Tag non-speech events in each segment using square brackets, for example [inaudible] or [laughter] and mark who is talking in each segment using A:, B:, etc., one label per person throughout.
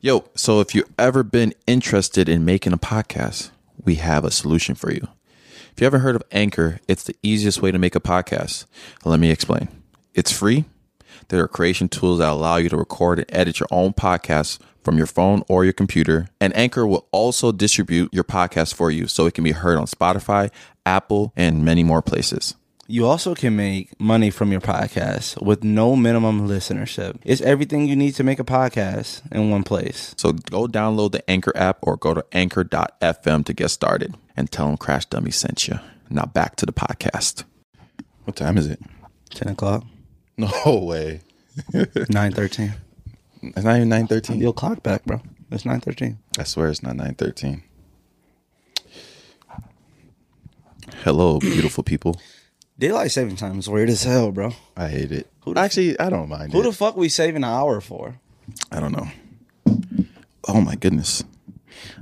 A: Yo, so if you've ever been interested in making a podcast, we have a solution for you. If you haven't heard of Anchor, it's the easiest way to make a podcast. Let me explain. It's free. There are creation tools that allow you to record and edit your own podcast from your phone or your computer. And Anchor will also distribute your podcast for you so it can be heard on Spotify, Apple, and many more places.
B: You also can make money from your podcast with no minimum listenership. It's everything you need to make a podcast in one place.
A: So go download the Anchor app or go to anchor.fm to get started and tell them Crash Dummy sent you. Now back to the podcast.
C: What time is it?
B: 10 o'clock,
C: [laughs]
B: [laughs]
C: No way.
B: nine thirteen.
C: It's not even nine thirteen.
B: You'll clock back, bro. It's nine thirteen.
C: I swear it's not nine thirteen.
A: Hello, beautiful people.
B: Daylight saving time is weird as hell, bro.
C: I hate it.
B: Who the-
C: Actually, I don't mind
B: Who
C: it.
B: the fuck we saving an hour for?
C: I don't know. Oh my goodness.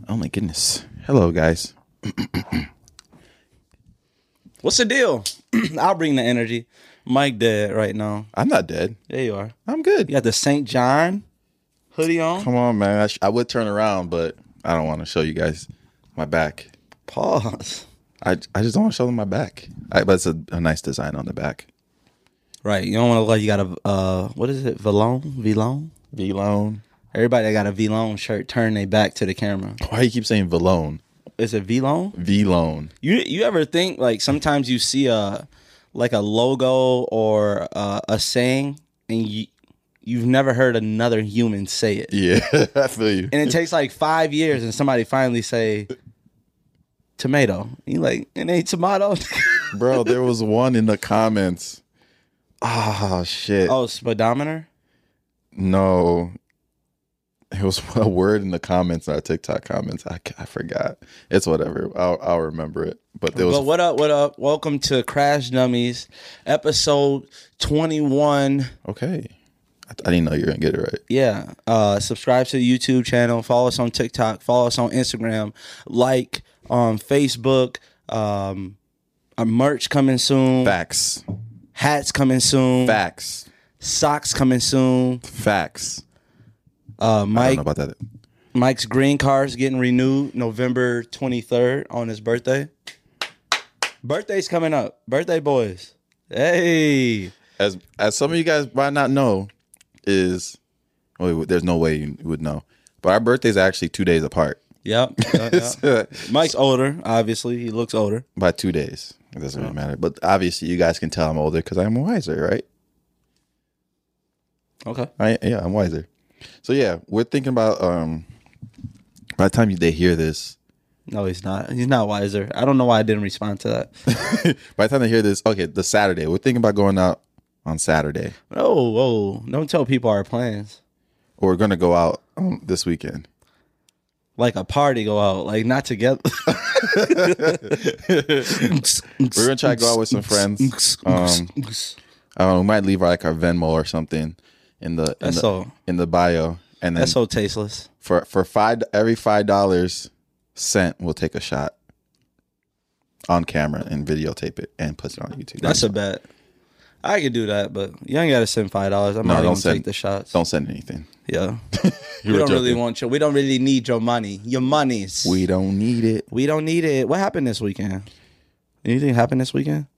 C: Oh my goodness. Hello, guys.
B: What's the deal? [clears throat] I'll bring the energy. Mike dead right now.
C: I'm not dead.
B: There you are.
C: I'm good.
B: You got the St. John hoodie on.
C: Come on, man. I, sh- I would turn around, but I don't want to show you guys my back.
B: Pause.
C: I, I just don't want to show them my back. I, but it's a, a nice design on the back.
B: Right. You don't want to look like you got a uh what is it? Velone? Velone?
C: Velone.
B: Everybody that got a V-Lone shirt turn their back to the camera.
C: Why do you keep saying Velone?
B: Is it V-Lone?
C: Velone.
B: You you ever think like sometimes you see a like a logo or uh, a saying and you you've never heard another human say
C: [laughs]
B: it.
C: Yeah, I feel you.
B: And it takes like 5 years and somebody finally say tomato. And You like it ain't tomato.
C: Bro, there was one in the comments. Ah, shit.
B: [laughs] oh, speedometer?
C: No. It was [laughs] a word in the comments, our TikTok comments. I, I forgot. It's whatever. I'll, I'll remember it. But there was
B: But what up, what up? Welcome to Crash Dummies, episode 21.
C: okay. I, I didn't know you were gonna get it right.
B: Yeah. Uh subscribe to the YouTube channel, follow us on TikTok, follow us on Instagram, like on Facebook, um our merch coming soon,
C: Facts.
B: hats coming soon,
C: Facts.
B: socks coming soon.
C: Facts.
B: Uh
C: I don't
B: Mike
C: know about that.
B: Mike's green card's getting renewed November 23rd on his birthday. Birthday's coming up. Birthday boys. Hey.
C: As as some of you guys might not know, is well, there's no way you would know. But our birthdays are actually two days apart. [laughs]
B: Yep. yep, yep. Mike's older, obviously. He looks older.
C: By two days. It doesn't really matter. But obviously you guys can tell I'm older because I'm wiser, right?
B: Okay.
C: I yeah, I'm wiser. So yeah, we're thinking about um by the time they hear this, [laughs]
B: No, he's not. He's not wiser. I don't know why I didn't respond to that.
C: by the time they hear this, okay, the Saturday. We're thinking about going out on Saturday.
B: Oh, whoa. Don't tell people our plans.
C: Or we're gonna go out um, this weekend.
B: Like a party go out, like not together. [laughs]
C: We're gonna try to go out with some friends. Um, I don't know, we might leave like our Venmo or something in the in,
B: That's
C: the,
B: all.
C: in the bio, and then
B: That's so tasteless.
C: for for five every five dollars cent, we'll take a shot on camera and videotape it and put it on YouTube.
B: That's a bet. I could do that, but you ain't gotta send five dollars. I'm
C: No,
B: not
C: don't
B: gonna
C: send-
B: take the shots.
C: don't send anything.
B: Yeah,
C: You
B: we
C: were
B: don't really
C: joking.
B: want your. We don't really need your money. Your monies.
C: We don't need it.
B: we don't need it. What happened this weekend? Anything happened this weekend?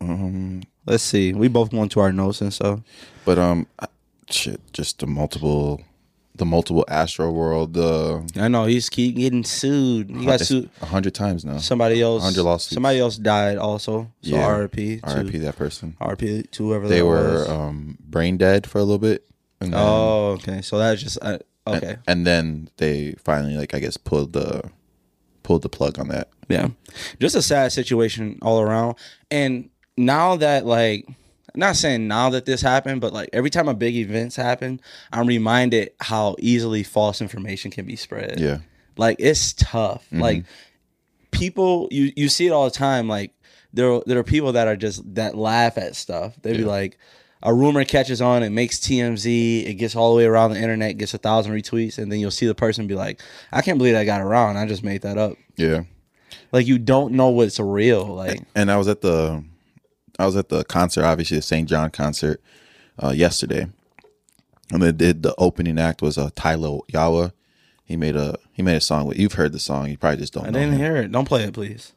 C: Um,
B: Let's see. We both went to our notes and stuff.
C: but um, I- shit, just the multiple, the multiple Astro World. Uh,
B: I know he's keep getting sued. He got
C: it's
B: sued.
C: a hundred times now.
B: Somebody else.
C: 100 lawsuits.
B: Somebody else died also. So
C: Yeah.
B: RIP. to-
C: R.I.P. That person.
B: RIP to whoever
C: They
B: Oh, that
C: were
B: was.
C: um brain dead for a little bit. And then,
B: oh, okay. So that's just uh,
C: and-
B: okay.
C: and then they finally, like, I guess, pulled the pulled the plug on that.
B: Yeah. Just a sad situation all around. And now that like not saying now that this happened, but like every time a big event's happen, I'm reminded how easily false information can be spread.
C: Yeah.
B: Like it's tough. Like people you you see it all the time like there there are people that are just that laugh at stuff. They be like a rumor catches on, it makes TMZ, it gets all the way around the internet, gets a thousand retweets, and then you'll see the person be like, I can't believe that got around. I just made that up
C: Yeah.
B: like you don't know what's real like
C: and I was at the I was at the concert, obviously the St. John concert uh, yesterday, And they did the opening act was uh, Tyler Yawa. He made a he made a song with you've heard the song. You probably just don't.
B: I
C: know
B: didn't
C: him.
B: hear it. Don't play it, please.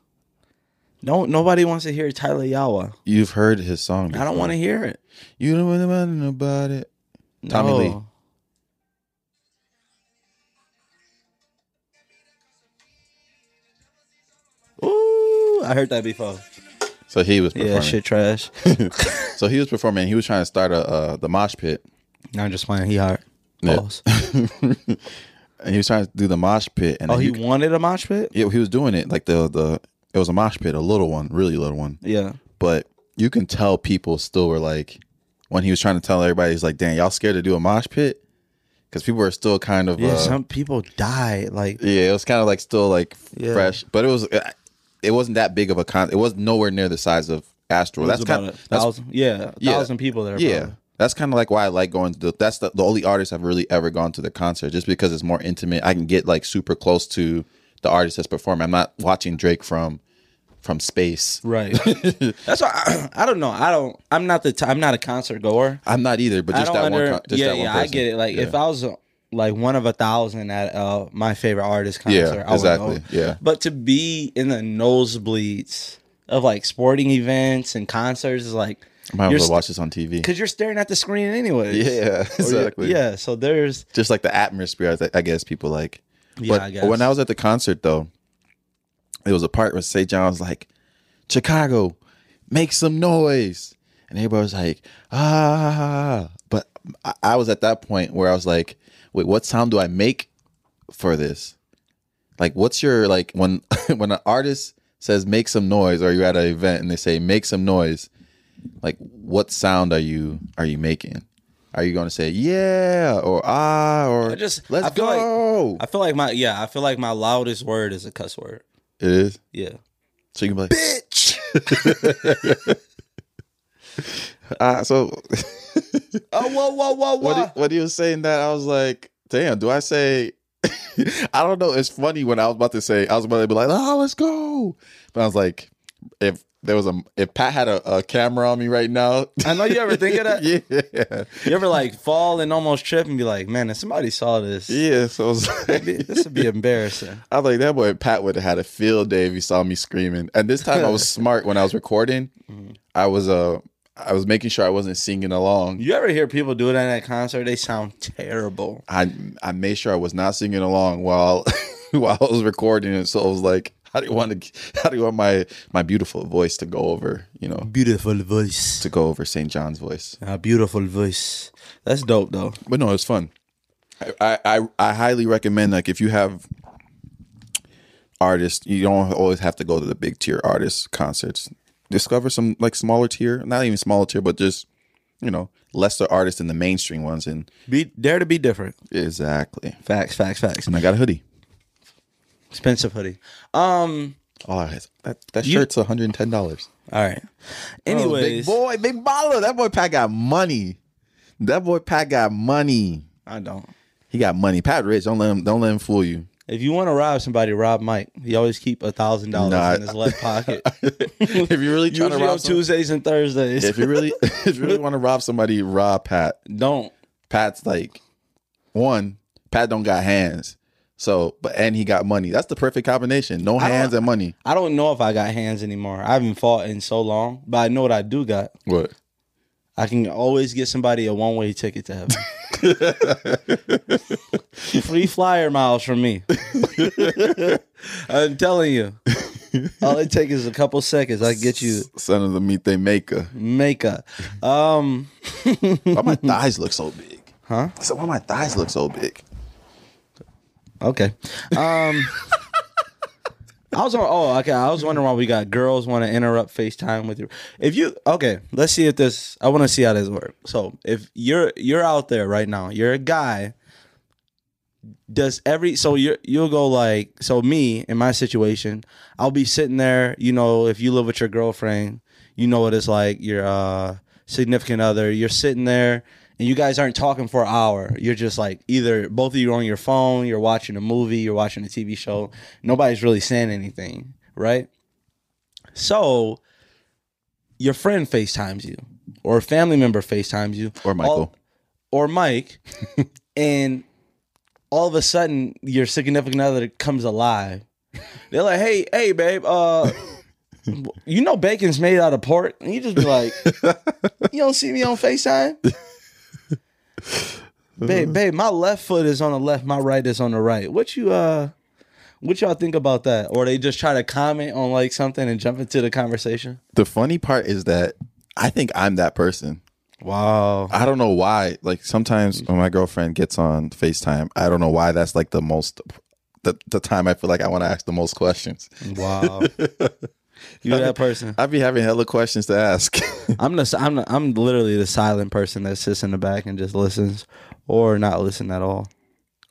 B: No, nobody wants to hear Tyler Yawa.
C: You've heard his song.
B: I don't want to hear it.
C: You don't want to know about it. Tommy
B: No.
C: Lee.
B: Ooh, I heard that before.
C: So he was performing.
B: Yeah, shit, trash.
C: So he was performing. He was trying to start a uh, the mosh pit.
B: No, I'm just playing. He hard.
C: Yeah.
B: Pause.
C: and he was trying to do the mosh pit. And
B: [laughs] Oh,
C: then
B: he
C: you-
B: wanted a mosh pit.
C: yeah, he was doing it like the the it was a mosh pit, a little one, really little one.
B: Yeah.
C: But you can tell people still were like when he was trying to tell everybody, he's like, "Damn, y'all scared to do a mosh pit?" Because people were still kind of
B: Yeah.
C: uh,
B: some people die. Like
C: yeah, it was kind of like still like
B: Yeah.
C: fresh, but it was uh, it wasn't that big of a con. It was nowhere near the size of Astro. That's
B: It was
C: kind of
B: about a
C: that's
B: thousand, yeah, a
C: yeah.
B: thousand people there.
C: Yeah.
B: probably.
C: That's kind of like why I like going to the, that's the, the only artist I've really ever gone to the concert just because it's more intimate. I can get like super close to the artist that's performing. I'm not watching Drake from from space. [laughs]
B: right. That's why I, [clears throat] I don't know. I don't. I'm not the. T- I'm not a concert goer.
C: I'm not either, but
B: I
C: just
B: don't
C: that
B: under.
C: one con- just
B: yeah,
C: that one
B: yeah. I
C: person.
B: get it. Like if I was uh, like one of a thousand at uh, my favorite artist
C: Yeah,
B: concert, I would
C: exactly.
B: go.
C: Yeah.
B: But to be in the nosebleeds of like sporting events and concerts is like
C: I might
B: you're
C: as well
B: st-
C: watch this on
B: [laughs]
C: TV.
B: because you're staring at the screen anyways.
C: Yeah,
B: Or you're-
C: exactly.
B: Yeah. So there's.
C: Just like the atmosphere I, th- I guess people like.
B: Yeah.
C: but
B: I guess.
C: when I was at the concert though, it was a part where St. John was like, Chicago, make some noise. And everybody was like, ah. But I, I was at that point where I was like, wait, what sound do I make for this? Like, what's your like when [laughs] when an artist says make some noise, or you're at an event and they say make some noise, like what sound are you are you making? Are you going to say yeah or ah or
B: I just-
C: let's
B: I feel like-
C: go?
B: I feel like my yeah. I feel like my loudest word is a cuss word.
C: It is.
B: Yeah.
C: So you can be like, bitch. uh, so
B: [laughs]
C: [laughs]
B: Oh whoa whoa whoa
C: what he- what he was saying that I was like, damn. Do I say? [laughs] I don't know. It's funny when I was about to say I was about to be like, oh, let's go. But I was like, if there was a if Pat had a, a camera on me right now,
B: I know you ever think of that.
C: [laughs] yeah,
B: You ever like fall and almost trip and be like, man, if somebody saw this,
C: yeah. So I was
B: [laughs]
C: like,
B: this would be embarrassing.
C: I was like, that boy Pat would have had a field day if he saw me screaming. And this time I was smart when I was recording. I was uh I was making sure I wasn't singing along.
B: You ever hear people do it at a concert? They sound terrible.
C: I I made sure I was not singing along while [laughs] while I was recording it. So I was like, how do you want to [laughs] how do you want my my beautiful voice to go over, you know,
B: Beautiful voice.
C: to go over St. John's voice.
B: A beautiful voice. That's dope though.
C: But no, it's fun. I, I I I highly recommend like if you have artists, you don't always have to go to the big tier artist concerts. Discover some like smaller tier, not even smaller tier, but just you know lesser artists than the mainstream ones. And
B: Be dare to be different.
C: exactly,
B: Facts, facts, facts.
C: and I got a hoodie.
B: Expensive hoodie. Um.
C: Oh, that that shirt's one hundred and ten dollars.
B: All right. Oh, Anyways,
C: boy, big baller. That boy Pat got money. That boy Pat got money.
B: I don't.
C: He got money. Pat rich. Don't let him. Don't let him fool you. [laughs]
B: If you want to rob somebody, rob Mike. He always keep a thousand
C: Nah,
B: dollars in his left pocket.
C: [laughs] if you really trying to
B: Usually on
C: rob someone-
B: Tuesdays and Thursdays.
C: if you really [laughs] if you really want to rob somebody, rob Pat.
B: don't.
C: Pat's like one, Pat don't got hands. So, but and he got money. That's the perfect combination. No
B: don't-
C: hands and money.
B: I don't know if I got hands anymore. I haven't fought in so long, but I know what I do got.
C: What?
B: I can always get somebody a one way ticket to heaven. Free flyer miles from me. I'm telling you. All it takes is a couple seconds. I can get you
C: Son of the meat they maker.
B: makeup. Um,
C: Why
B: [laughs]
C: my thighs look so big?
B: Huh?
C: I said, why my thighs look so big?
B: okay. Um, I was on. Oh, okay. I was wondering why we got girls want to interrupt FaceTime with you. If you okay, let's see if this. I want to see how this works. So if you're you're out there right now, you're a guy. Does every so you you'll go like so me in my situation, I'll be sitting there. You know, if you live with your girlfriend, you know what it's like. Your uh, significant other, you're sitting there. And you guys aren't talking for an hour. You're just like either both of you are on your phone, you're watching a movie, you're watching a TV show. Nobody's really saying anything, right? So your friend FaceTimes you or a family member FaceTimes you.
C: Or Michael.
B: All- or Mike, and all of a sudden your significant other comes alive. They're like, "Hey, hey, babe, uh, [laughs] you know bacon's made out of pork," and you just be like, "You don't see me on Facetime." [laughs] babe, babe, my left foot is on the left, my right is on the right. What you uh what y'all think about that? Or they just try to comment on like something and jump into the conversation?
C: The funny part is that I think I'm that person.
B: Wow.
C: I don't know why. Like sometimes when my girlfriend gets on FaceTime, I don't know why that's like the most the, the time I feel like I want to ask the most
B: [laughs]
C: questions.
B: Wow. You're that person.
C: I'd be having hella questions to ask. [laughs]
B: I'm the si- I'm the, I'm literally the silent person that sits in the back and just listens or not listen at all.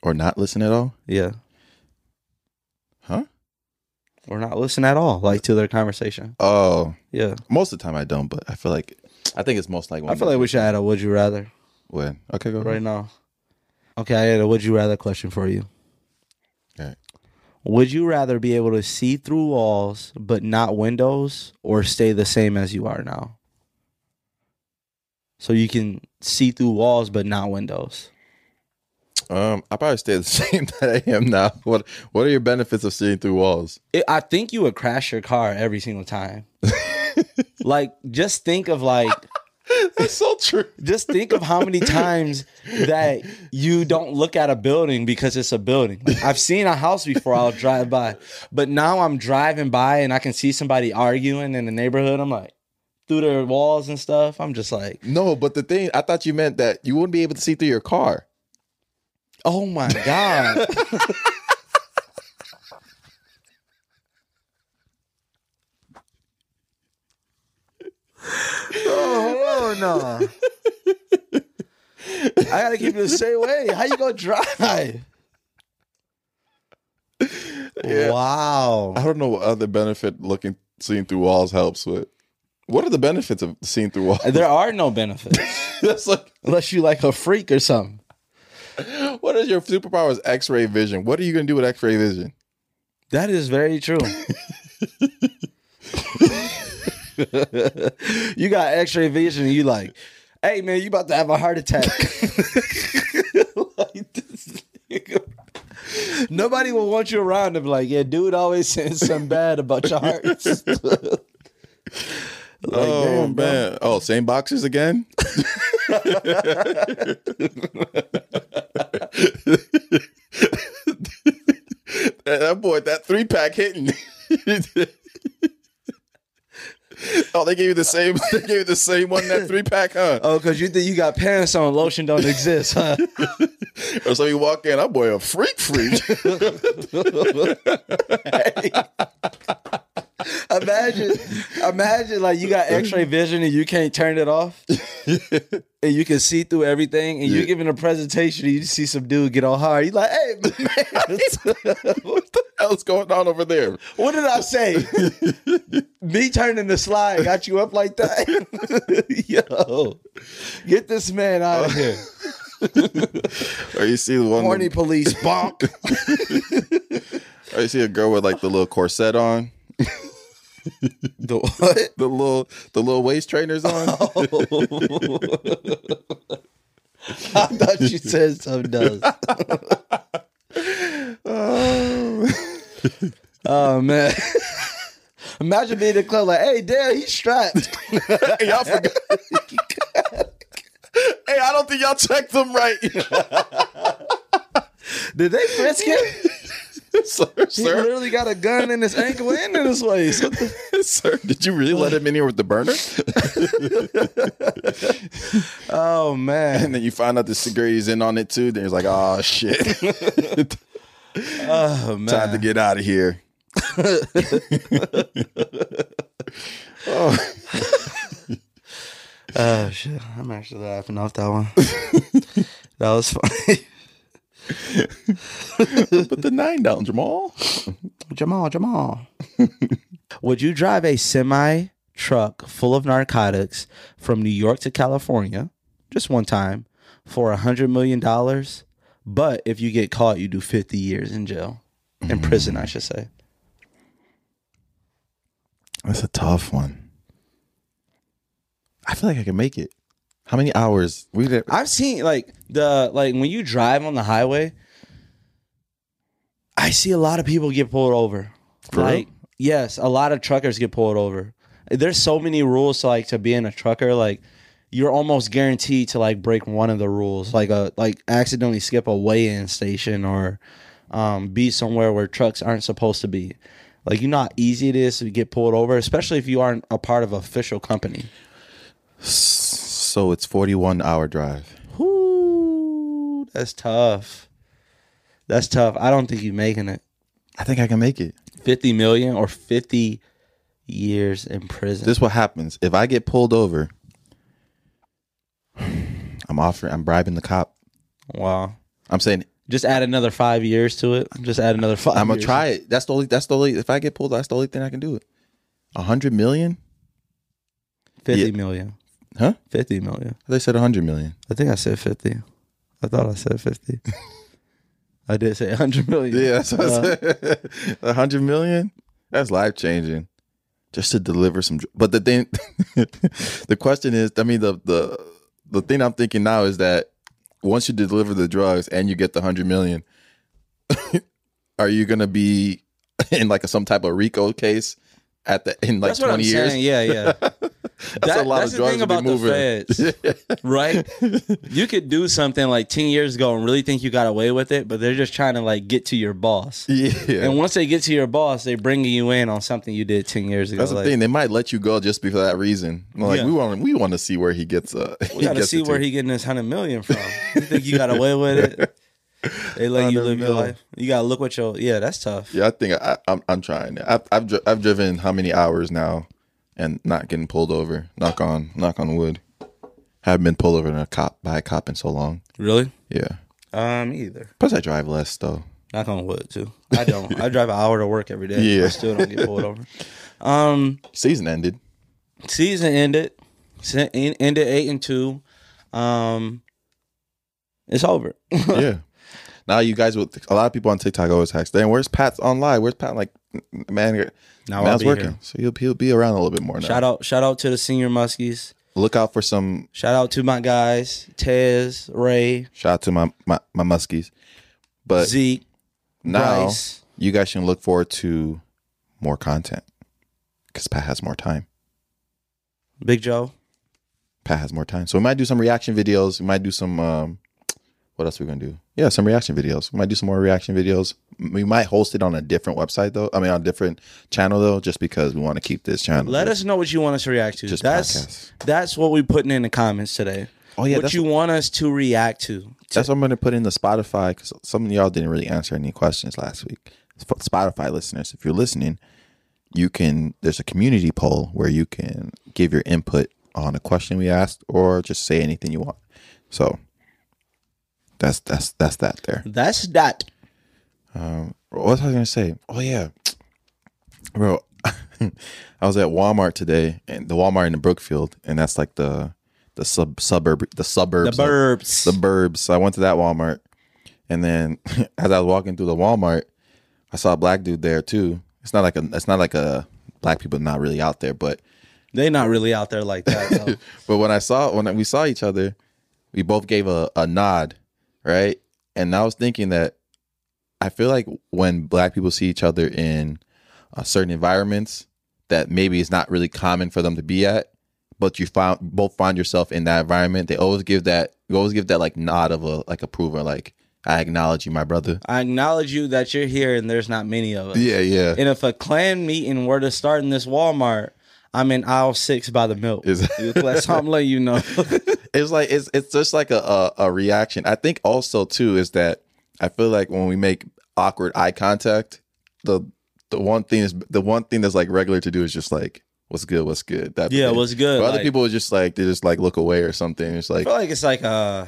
C: or not listen at all.
B: Yeah.
C: Huh?
B: Or not listen at all, like to their conversation.
C: Oh.
B: Yeah.
C: Most of the time I don't, but I feel like I think it's most like when
B: I feel like we should add a would you rather
C: when. Okay, go
B: right
C: right.
B: now. Okay, I had a would you rather question for you.
C: Alright.
B: Would you rather be able to see through walls but not windows or stay the same as you are now? So you can see through walls but not windows.
C: Um, I probably stay the [laughs] same that I am now. What What are your benefits of seeing through walls?
B: It, I think you would crash your car every single time. like just think of like
C: [laughs] That's so true.
B: just think of how many times that you don't look at a building because it's a building. Like, I've seen a house before I'll drive by, but now I'm driving by and I can see somebody arguing in the neighborhood. I'm like, through their walls and stuff. I'm just like,
C: No, but the thing I thought you meant that you wouldn't be able to see through your car.
B: oh my God. [laughs] Oh, hell no. I gotta keep it the same way. How you gonna drive? Wow.
C: I don't know what other benefit looking seeing through walls helps with. What are the benefits of seeing through walls?
B: There are no benefits
C: [laughs] That's like
B: unless you like a freak or something.
C: what is your superpower is X-ray vision? What are you gonna do with X-ray vision?
B: That is very true. you got X-ray vision, and you like, hey man, you about to have a heart attack. [laughs] Like, this nigga- Nobody will want you around to be like, yeah, dude always says something bad about your heart. Like,
C: oh
B: damn, bro.
C: man! Oh, same boxes
B: [laughs]
C: again. that, that boy, that three pack hitting. oh, they gave you the same. [laughs] They gave you the same one. That three pack, huh?
B: Oh, because you think you got pants on, lotion don't exist, huh? [laughs]
C: Or so you walk in. That boy, a freak,
B: [laughs]
C: freak. [laughs]
B: imagine, imagine like you got X-ray vision and you can't turn it off, and you can see through everything. And you're
C: Yeah.
B: giving a presentation, and you see some dude get all hard. You like,
C: [laughs]
B: hey [laughs] man,
C: what the hell's going on over there?
B: what did I
C: [laughs]
B: say? Me turning the slide got you up like that, [laughs] yo. Get this man out
C: [laughs]
B: of here,
C: Or you see the one?
B: horny police
C: [laughs]
B: bonk.
C: Or you see a girl with like the little corset on, [laughs]
B: The what?
C: the little the little waist trainers on.
B: I thought you said something
C: [laughs]
B: does. [laughs] oh man. Imagine being in the club like, hey, damn, he's strapped.
C: [laughs] Hey, y'all forgot. hey, I don't think y'all checked them right. [laughs]
B: Did they frisk him?
C: [laughs] sir,
B: He
C: sir,
B: literally got a gun in his ankle and in his waist. What the-
C: [laughs] sir, did you really let him in here with the burner? [laughs]
B: Oh
C: and
B: man.
C: then you find out the security's in on it too. Then it's like, oh shit,
B: [laughs]
C: [laughs]
B: Oh
C: time to
B: man.
C: get out of here. oh,
B: Oh shit. I'm actually laughing off that [laughs] one. that was funny. [laughs]
C: put the nine down, Jamal.
B: Jamal, Jamal. [laughs] Would you drive a semi truck full of narcotics from New York to California just one time for a hundred million dollars? But if you get caught, you do fifty years in jail. In prison, I should say.
C: That's a tough one. I feel like I can make it. How many hours? We did.
B: I've seen like the like when you drive on the highway, I see a lot of people get pulled over.
C: For real?
B: like yes, a lot of truckers get pulled over. There's so many rules to like to being a trucker. Like you're almost guaranteed to like break one of the rules, like a like accidentally skip a weigh-in station or um, be somewhere where trucks aren't supposed to be. Like you know how easy it is to get pulled over, especially if you aren't a part of an official company.
C: So it's 41 hour drive.
B: Whoo, that's tough. That's tough. I don't think you're making it.
C: I think I can make it.
B: 50 million or 50 years in prison.
C: This is what happens. If I get pulled over, [sighs] I'm offering, I'm bribing the cop.
B: wow.
C: I'm saying,
B: Just add another five years to it. Just add another five.
C: I'm gonna
B: years.
C: try it. That's the only, that's the only, if I get pulled, that's the only thing I can do. It. A hundred million?
B: Fifty
C: Yeah.
B: million.
C: Huh?
B: Fifty million.
C: They said a hundred million.
B: I think I said 50. I thought I said 50. I did say 100
C: [laughs]
B: million.
C: Yeah, that's what
B: Uh,
C: I said. [laughs] A hundred million? That's life changing. Just to deliver some, dr- but the thing, [laughs] the question is, I mean, the the the thing I'm thinking now is that once you deliver the drugs and you get the hundred million, [laughs] are you gonna be [laughs] in like a, some type of RICO case at the in like
B: That's what
C: 20
B: I'm
C: years?
B: saying. Yeah, yeah.
C: [laughs] That's
B: That-
C: a lot
B: that's
C: of
B: the
C: drugs to
B: thing
C: be
B: about
C: moving.
B: the feds. right? You could do something like 10 years ago and really think you got away with it, but they're just trying to like get to your boss.
C: [laughs] yeah,
B: And once they get to your boss, they bringing you in on something you did 10 years ago.
C: That's the
B: Like,
C: thing. They might let you go just because of that reason. Like
B: Yeah.
C: we want, we want to see where [laughs] he gets. Uh,
B: We got to see where he getting this 100
C: [laughs]
B: million from. You think you got away with it? They let you
C: 100
B: live your
C: mil.
B: life. You got to look what your Yeah, that's tough.
C: Yeah, I think I, I'm. I'm trying. I've I've, dri- I've driven how many hours now, and not getting pulled over. Knock on knock on wood. Haven't been pulled over in a cop by a cop in so long.
B: Really?
C: Yeah.
B: Um, either.
C: Plus, I drive less though.
B: Knock on wood too. I don't. I drive an hour to work every day. I
C: Yeah.
B: still don't get pulled over. Um,
C: Season
B: [laughs]
C: ended.
B: season ended. Se- en- Ended eight and two. Um, it's over. [laughs]
C: yeah. Now you guys with a lot of people on TikTok always ask, "Then where's Pat's online? Where's Pat?" Like, man,
B: Now
C: now
B: Oh, I'll
C: man's
B: be
C: working,
B: here.
C: so he'll he'll be around a little bit more now.
B: Shout out! Shout out to the senior muskies.
C: Look out for some
B: Shout out to my guys, Tez, Ray,
C: Shout out to my my, my muskies. But
B: Zeke,
C: now
B: Bryce.
C: you guys can look forward to more content because Pat has more time.
B: Big Joe.
C: Pat has more time, so we might do some reaction videos. We might do some. Um, what else we gonna do? Yeah, some reaction videos. We might do some more reaction videos. We might host it on a different website though. I mean, on a different channel though, just because we want to keep this channel.
B: Let us know what you want us to react to.
C: Just
B: that's that's what we putting in the comments today.
C: Oh yeah,
B: what
C: that's,
B: you want us to react to?
C: that's what I'm gonna put in the Spotify because some of y'all didn't really answer any questions last week. Sp- Spotify listeners, if you're listening, you can there's a community poll where you can give your input on a question we asked or just say anything you want. So that's that's that's that there.
B: That's that.
C: Um, what was I gonna say? Oh yeah, bro. [laughs] I was at Walmart today, and the Walmart in the Brookfield, and that's like the the sub suburb the
B: The
C: suburbs of-
B: burbs.
C: the burbs. So I went to that Walmart, and then [laughs] as I was walking through the Walmart, I saw a black dude there too. It's not like a it's not like a black people not really out there, but
B: They not really out there like that.
C: [laughs]
B: though.
C: but when I saw when we saw each other, we both gave a, a nod, right? And I was thinking that I feel like when black people see each other in uh, certain environments that maybe it's not really common for them to be at, but you found both find yourself in that environment, they always give that you always give that like nod of a like approval, like I acknowledge you, my brother.
B: I acknowledge you that you're here and there's not many of us.
C: Yeah, yeah.
B: And if a clan meeting were to start in this Walmart, I'm in aisle six by the milk.
C: Is-
B: That's how I'm letting
C: [laughs]
B: you know.
C: it's like it's it's just like a, a a reaction. I think also too is that I feel like when we make awkward eye contact, the the one thing is the one thing that's like regular to do is just like what's good, what's good. That
B: yeah,
C: thing.
B: what's good?
C: But other
B: Like,
C: people are just like they just like look away or something. It's
B: I
C: like
B: feel like it's like uh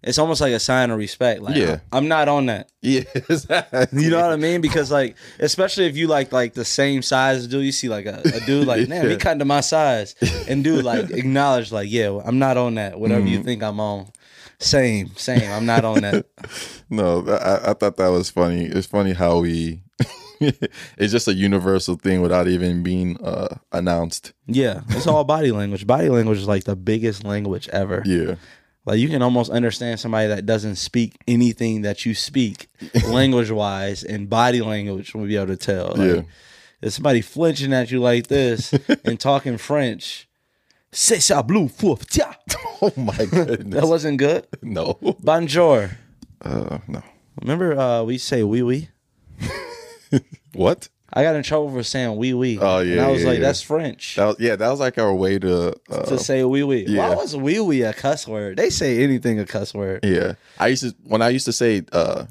B: it's almost like a sign of respect. Like
C: Yeah.
B: I'm not on that.
C: yeah, [laughs] exactly.
B: You know [laughs] what I mean? Because like, especially if you like like the same size dude, you see like a, a dude [laughs] like, man, he
C: Yeah.
B: kind of my size, and dude [laughs] like acknowledge like, yeah, I'm not on that. Whatever you
C: Mhm.
B: think I'm on, same, [laughs] same. I'm not on that.
C: No, I, I thought that was funny. It's funny how we [laughs] it's just a universal thing without even being uh,
B: [laughs]
C: announced.
B: Yeah, it's all body language. Body language is like the biggest language ever.
C: Yeah. [laughs]
B: Like you can almost understand somebody that doesn't speak anything that
C: [laughs]
B: you speak language wise and body language will be able to tell. Like,
C: Yeah.
B: If somebody flinching at you
C: [laughs]
B: like this and talking French, c'est ça blue fouf tia.
C: Oh my
B: That
C: goodness.
B: wasn't good.
C: no.
B: [laughs] Bonjour.
C: Uh, no.
B: Remember uh, we say wee wee?
C: What?
B: I got in trouble for saying wee wee.
C: Oh,
B: And
C: yeah,
B: I was
C: yeah,
B: like,
C: yeah.
B: that's French.
C: That was, yeah, that was like our way to. Uh,
B: to say wee wee.
C: yeah.
B: Why was wee wee a cuss word? They say anything a cuss word.
C: yeah. I used to when I used to say, uh,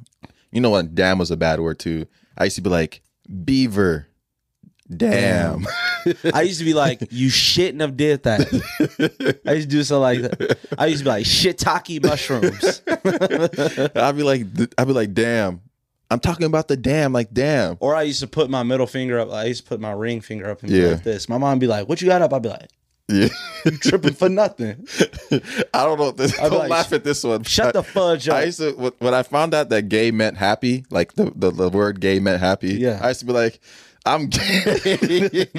C: you know, what damn was a bad word too. I used to be like beaver, damn.
B: I used to be like, you shouldn't have did that. I used to do something like that. I used to be like,
C: [laughs]
B: shiitake mushrooms.
C: [laughs] I'd be like, I'd be like, damn. I'm talking about the damn, like damn.
B: or I used to put my middle finger up. I used to put my ring finger up and be
C: Yeah.
B: like this. My mom would be like, what you got up? I'd be like,
C: Yeah. [laughs]
B: you tripping for nothing.
C: I don't know. [laughs] This,
B: I'd
C: don't
B: be like,
C: laugh at this one.
B: Shut the fudge
C: I
B: up.
C: used to wh- when I found out that gay meant happy, like the the, the word gay meant happy.
B: Yeah.
C: I used to be like, I'm gay.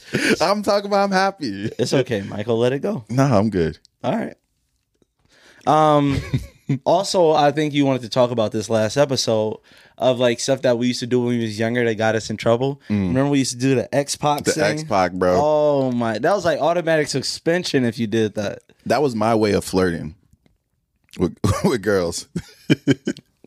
C: [laughs] I'm talking about I'm happy.
B: It's okay, Michael. Let it go.
C: No, I'm good.
B: All right.
C: [laughs]
B: Um. also, I think you wanted to talk about this last episode of like stuff that we used to do when we was younger that got us in trouble. Remember we used to do the X Pac
C: Mm. The X Pac, bro.
B: Oh my! That was like automatic suspension if you did that.
C: That was my way of flirting with [laughs] with girls.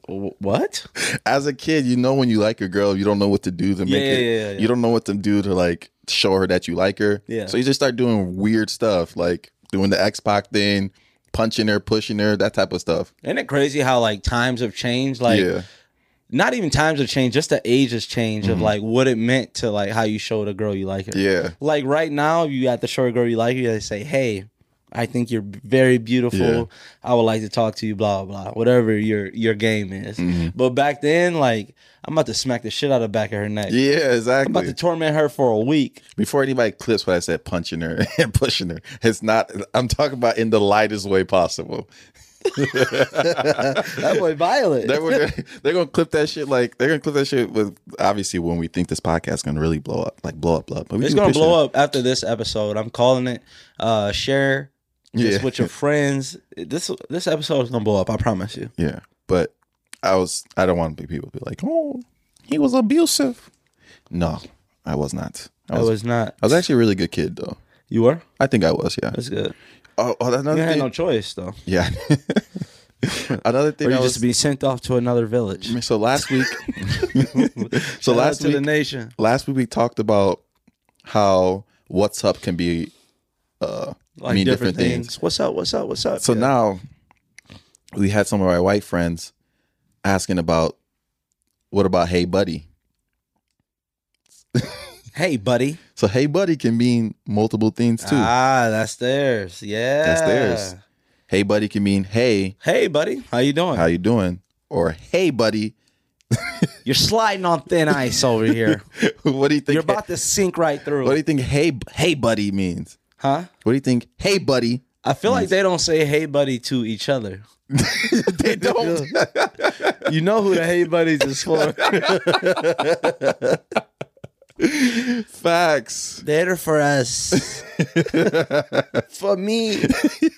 B: What?
C: As a kid, you know when you like a girl, you don't know what to do to make
B: Yeah,
C: it.
B: yeah, yeah, yeah.
C: You don't know what to do to like show her that you like her.
B: Yeah.
C: So you just start doing weird stuff, like doing the X Pac thing, punching her, pushing her, that type of stuff.
B: Isn't it crazy how like times have changed? Like
C: yeah.
B: not even times have changed, just the age has changed of like what it meant to like how you showed a girl you like her.
C: Yeah.
B: Like right now, you got the short girl you like her. They say, "Hey, I think you're very beautiful.
C: Yeah.
B: I would like to talk to you." Blah blah. blah. Whatever your your game is. But back then, like I'm about to smack the shit out of the back of her neck.
C: Yeah,
B: I'm about
C: exactly.
B: to torment her for a week.
C: Before anybody clips what I said, punching her [laughs] and pushing her, it's not. I'm talking about in the lightest way
B: [laughs]
C: possible. [laughs]
B: That boy violent.
C: They're,
B: [laughs]
C: [laughs] they're gonna clip that shit like they're gonna clip that shit with obviously when we think this podcast is gonna really blow up, like blow up, blow up. But we
B: It's
C: do
B: gonna
C: picture
B: blow up after this episode. I'm calling it. Uh, share this
C: Yeah.
B: with your friends. This this episode is gonna blow up. I promise you.
C: Yeah, but I was. I don't want people to be like, oh, he was abusive. No, I was not. I
B: I
C: was.
B: was not.
C: I was actually a really good kid though.
B: You were.
C: I think I was. Yeah.
B: That's good.
C: Oh, oh another
B: You had
C: thing.
B: no choice though.
C: yeah. [laughs] another thing.
B: Or you
C: I was,
B: just be sent off to another
C: [laughs]
B: village.
C: so last week. so
B: Shout out
C: last
B: to
C: week.
B: the nation.
C: last week we talked about how what's up can be uh
B: Like
C: mean different,
B: different, things.
C: things.
B: What's up? What's up? What's up?
C: So
B: Yeah.
C: now we had some of our white friends asking about what about hey buddy?
B: hey, buddy.
C: So hey buddy can mean multiple things too.
B: Ah, that's theirs. Yeah,
C: theirs. hey buddy can mean hey,
B: Hey, buddy. How you doing?
C: how you doing? Or hey buddy, [laughs]
B: You're sliding on thin ice
C: [laughs]
B: over here.
C: what do you think?
B: You're about to sink right through.
C: what do you think hey hey buddy means?
B: huh?
C: What do you think hey buddy? [laughs]
B: I feel like they don't say "Hey, buddy" to each other. [laughs]
C: they don't. [laughs]
B: You know who the "Hey, buddies" is for?
C: Facts.
B: [laughs] They're for us. for me.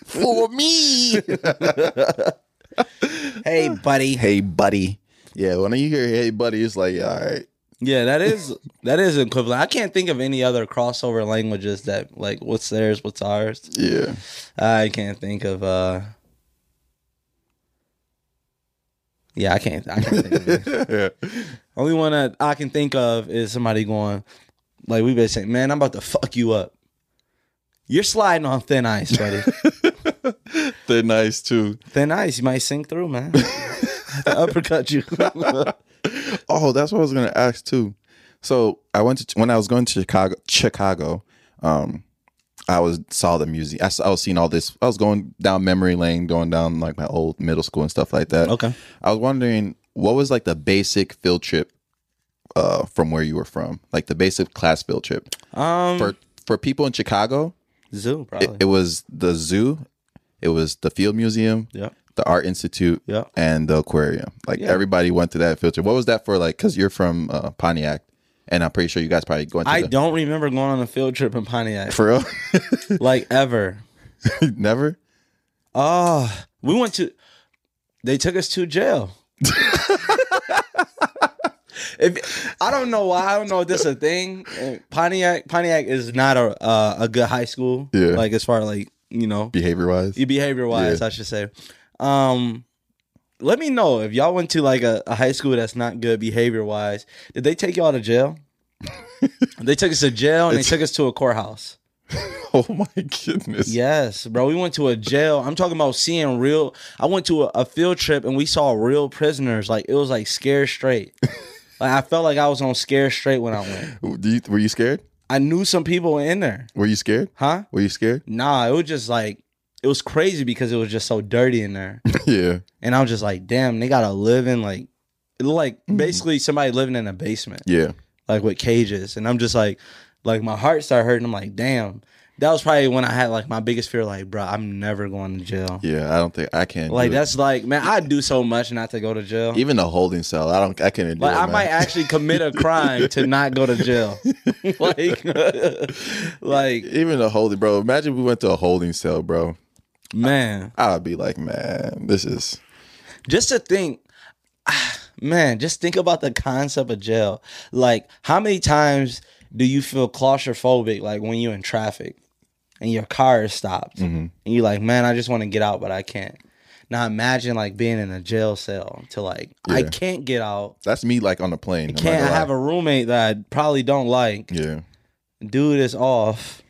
C: For me.
B: Hey, buddy.
C: hey buddy. Yeah, when you hear hey buddy, it's like all right.
B: Yeah, that is that is equivalent. I can't think of any other crossover languages that like what's theirs, what's ours.
C: Yeah. [laughs]
B: I can't think of. uh Yeah, I can't. I can't think of. Any. Only one that I can think of is somebody going, like we've been saying, man, I'm about to fuck you up. You're sliding on thin ice, buddy.
C: They're nice too.
B: thin ice, you might sink through, man. Uppercut you.
C: [laughs] Oh, that's what I was gonna ask too. So I went to when I was going to Chicago Chicago, um, I was saw the music. I, saw, I was seeing all this. I was going down memory lane, going down like my old middle school and stuff like that.
B: okay.
C: I was wondering what was like the basic field trip uh from where you were from? Like the basic class field trip.
B: Um,
C: For for people in Chicago,
B: zoo
C: it,
B: probably.
C: it was the zoo, it was the field museum,
B: yeah.
C: the Art Institute,
B: Yeah.
C: and the aquarium. Like
B: Yeah.
C: everybody went to that filter. What was that for? Like, because you're from uh, Pontiac, and I'm pretty sure you guys probably going. To
B: I
C: the-
B: don't remember going on a field trip in
C: [laughs]
B: Pontiac
C: for real. [laughs]
B: like ever.
C: Never.
B: Oh, we went to. They took us to jail. if I don't know why, I don't know if this is a thing. Uh, Pontiac, Pontiac is not a uh, a good high school.
C: Yeah.
B: Like as far like you know,
C: Behavior wise,
B: behavior wise, I should say. Um, let me know if y'all went to like a, a high school that's not good behavior wise. Did they take y'all
C: [laughs]
B: to jail? they took us to jail and
C: It's-
B: they took us to a courthouse.
C: [laughs] oh my goodness.
B: Yes, bro. We went to a jail. I'm talking about seeing real. I went to a, a field trip and we saw real prisoners. Like it was like scared straight. like I felt like I was on scared straight when I went.
C: Do you, were you scared?
B: I knew some people in there,
C: Were you scared?
B: huh?
C: Were you scared? [laughs]
B: Nah, it was just like it was crazy because it was just so dirty in there,
C: yeah.
B: and I was just like, damn, they gotta live in like, it looked like basically somebody living in a basement.
C: Yeah.
B: like with cages and i'm just like like my heart started hurting i'm like damn that was probably when i had like my biggest fear like bro i'm never going to jail
C: Yeah. I don't think I can.
B: like
C: do it.
B: that's like man i do so much not to go to jail
C: even a holding cell. I don't. I couldn't. do
B: like
C: it,
B: i
C: man.
B: might actually
C: [laughs]
B: commit a crime to not go to jail like [laughs] like
C: Even a holding, bro. Imagine we went to a holding cell, bro.
B: man
C: I'd be like, man, this is
B: just to think [sighs] man just think about the concept of jail like how many times do you feel claustrophobic like when you're in traffic and your car is stopped
C: Mm. mm-hmm.
B: and you're like man i just want to get out but i can't now imagine like being in a jail cell to like i
C: Yeah.
B: can't get out
C: that's me. Like on the plane. I'm not
B: can't
C: gonna lie.
B: have a roommate that i probably don't like
C: yeah.
B: dude is off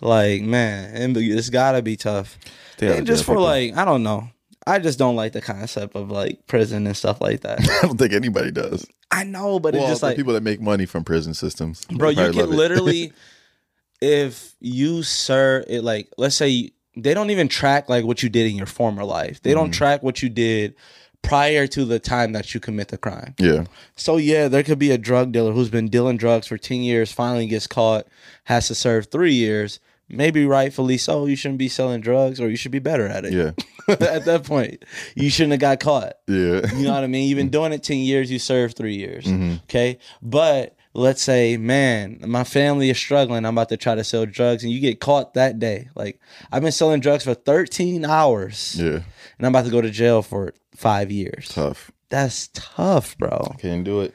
B: like man and it's gotta be tough
C: They
B: and
C: are
B: just
C: jail
B: for
C: people.
B: like i don't know i just don't like the concept of like prison and stuff like that
C: [laughs]
B: [laughs]
C: I don't think anybody does.
B: I know, but
C: Well,
B: it's just
C: the
B: like,
C: people that make money from prison systems, They
B: bro, you
C: probably
B: can
C: love it. [laughs]
B: literally, if you sir, it like, let's say they don't even track like what you did in your former life. They
C: Mm-hmm.
B: don't track what you did prior to the time that you commit the crime.
C: yeah,
B: So yeah, there could be a drug dealer who's been dealing drugs for ten years, finally gets caught, has to serve three years. Maybe rightfully so, you shouldn't be selling drugs, or you should be better at it.
C: yeah,
B: [laughs] at that point, you shouldn't have got caught.
C: yeah, [laughs]
B: You know what I mean? You've been doing it 10 years, you serve three years.
C: Mhm.
B: Okay. But let's say, man, my family is struggling. I'm about to try to sell drugs, and you get caught that day. Like, I've been selling drugs for 13 hours,
C: yeah.
B: and I'm about to go to jail for five years.
C: Tough.
B: That's tough, bro.
C: Couldn't do it.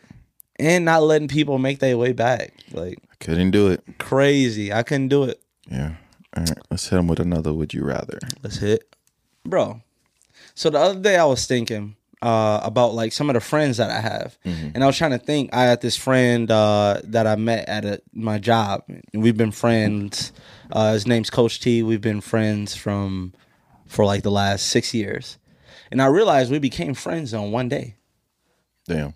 B: And not letting people make their way back. Like,
C: Couldn't do it.
B: crazy. I couldn't do it.
C: Yeah. All right. Let's hit him with another. Would you rather?
B: Let's hit. Bro. So the other day I was thinking uh, about like some of the friends that I have. And I was trying to think. I had this friend uh, that I met at a, my job. And we've been friends. Uh, his name's Coach T. We've been friends from for like the last six years. And I realized we became friends on one day.
C: Damn.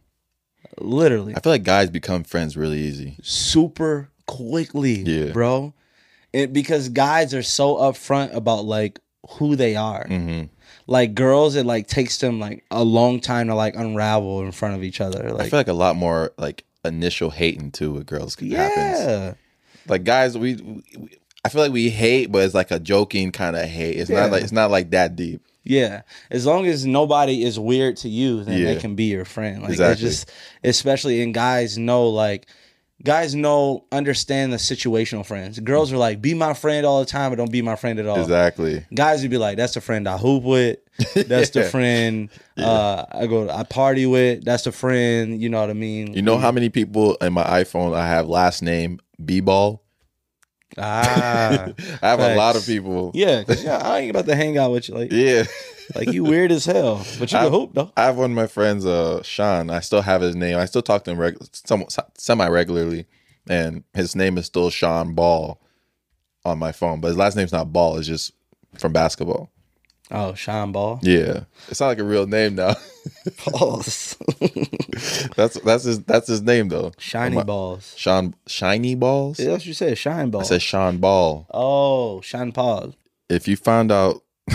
B: Literally.
C: I feel like guys become friends really easy.
B: super quickly,
C: Yeah.
B: bro. It, because guys are so upfront about like who they are.
C: Mm. Mm-hmm.
B: Like girls, it like takes them like a long time to like unravel in front of each other.
C: I
B: Like,
C: feel like a lot more like initial hating too with girls c- happens.
B: yeah,
C: Like guys, we, we I feel like we hate, but it's like a joking kind of hate. It's
B: Yeah.
C: not like it's not like that deep.
B: yeah. As long as nobody is weird to you, then they
C: Yeah.
B: can be your friend. Like it's
C: Exactly.
B: just, especially in guys know like. Guys know understand the situational friends. Girls are like, be my friend all the time, but don't be my friend at
C: Oh.
B: all.
C: Mm. Exactly.
B: guys would be like, "That's the friend I hoop with. That's
C: [laughs]
B: the
C: Yeah.
B: friend uh, I go, I party with. That's the friend. You know what I mean?
C: You know how many people in my iPhone I have last name B ball?
B: ah,
C: [laughs] I have a lot of
B: Facts.
C: people.
B: yeah, 'cause, yeah. I ain't about to hang out with you. Like,
C: Yeah. [laughs]
B: like you weird as hell, but you
C: I-
B: can hoop though.
C: I have one of my friends, uh, Sean. I still have his name. I still talk to him reg- some- semi regularly, and his name is still Sean Ball on my phone. But his last name's not Ball. It's just from basketball.
B: Oh,
C: [laughs]
B: Sean Ball.
C: Yeah, it's not like a real name now. [laughs]
B: Balls.
C: that's that's his that's his name though.
B: Shiny
C: Am I-
B: balls.
C: Sean Shiny Balls.
B: Yeah, That's what you said. Shine ball.
C: I said Sean Ball.
B: oh, Sean Paul.
C: if you found out [laughs]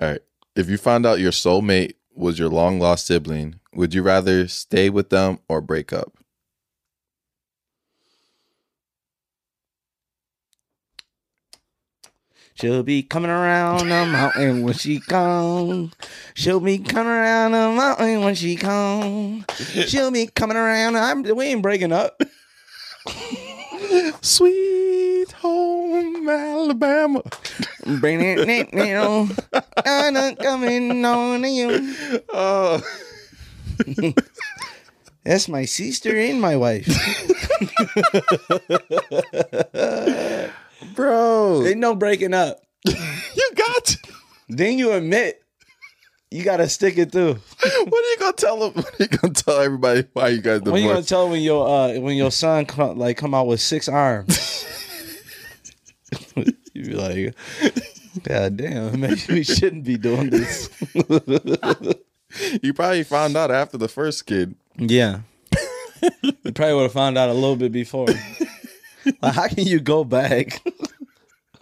C: all right if you found out your soulmate was your long lost sibling would you rather stay with them or break up
B: She'll be coming around the mountain when she come. She'll be coming around the mountain when she come. She'll be coming around. I'm, we ain't breaking up.
C: Sweet home Alabama.
B: Bring it, it, it, I'm coming on you.
C: Oh,
B: That's my sister and my wife.
C: bro,
B: Ain't no breaking up.
C: you got. To.
B: Then you admit you gotta stick it through.
C: What are you gonna tell them? [laughs] What are you gonna tell everybody why you guys
B: When you gonna
C: divorced?
B: tell when your uh when your son come, like come out with six arms? [laughs] you be like, God damn, [laughs] maybe we shouldn't be doing this.
C: You probably found out after the first kid.
B: yeah. you probably would have found out a little bit before. Like, how can you go back?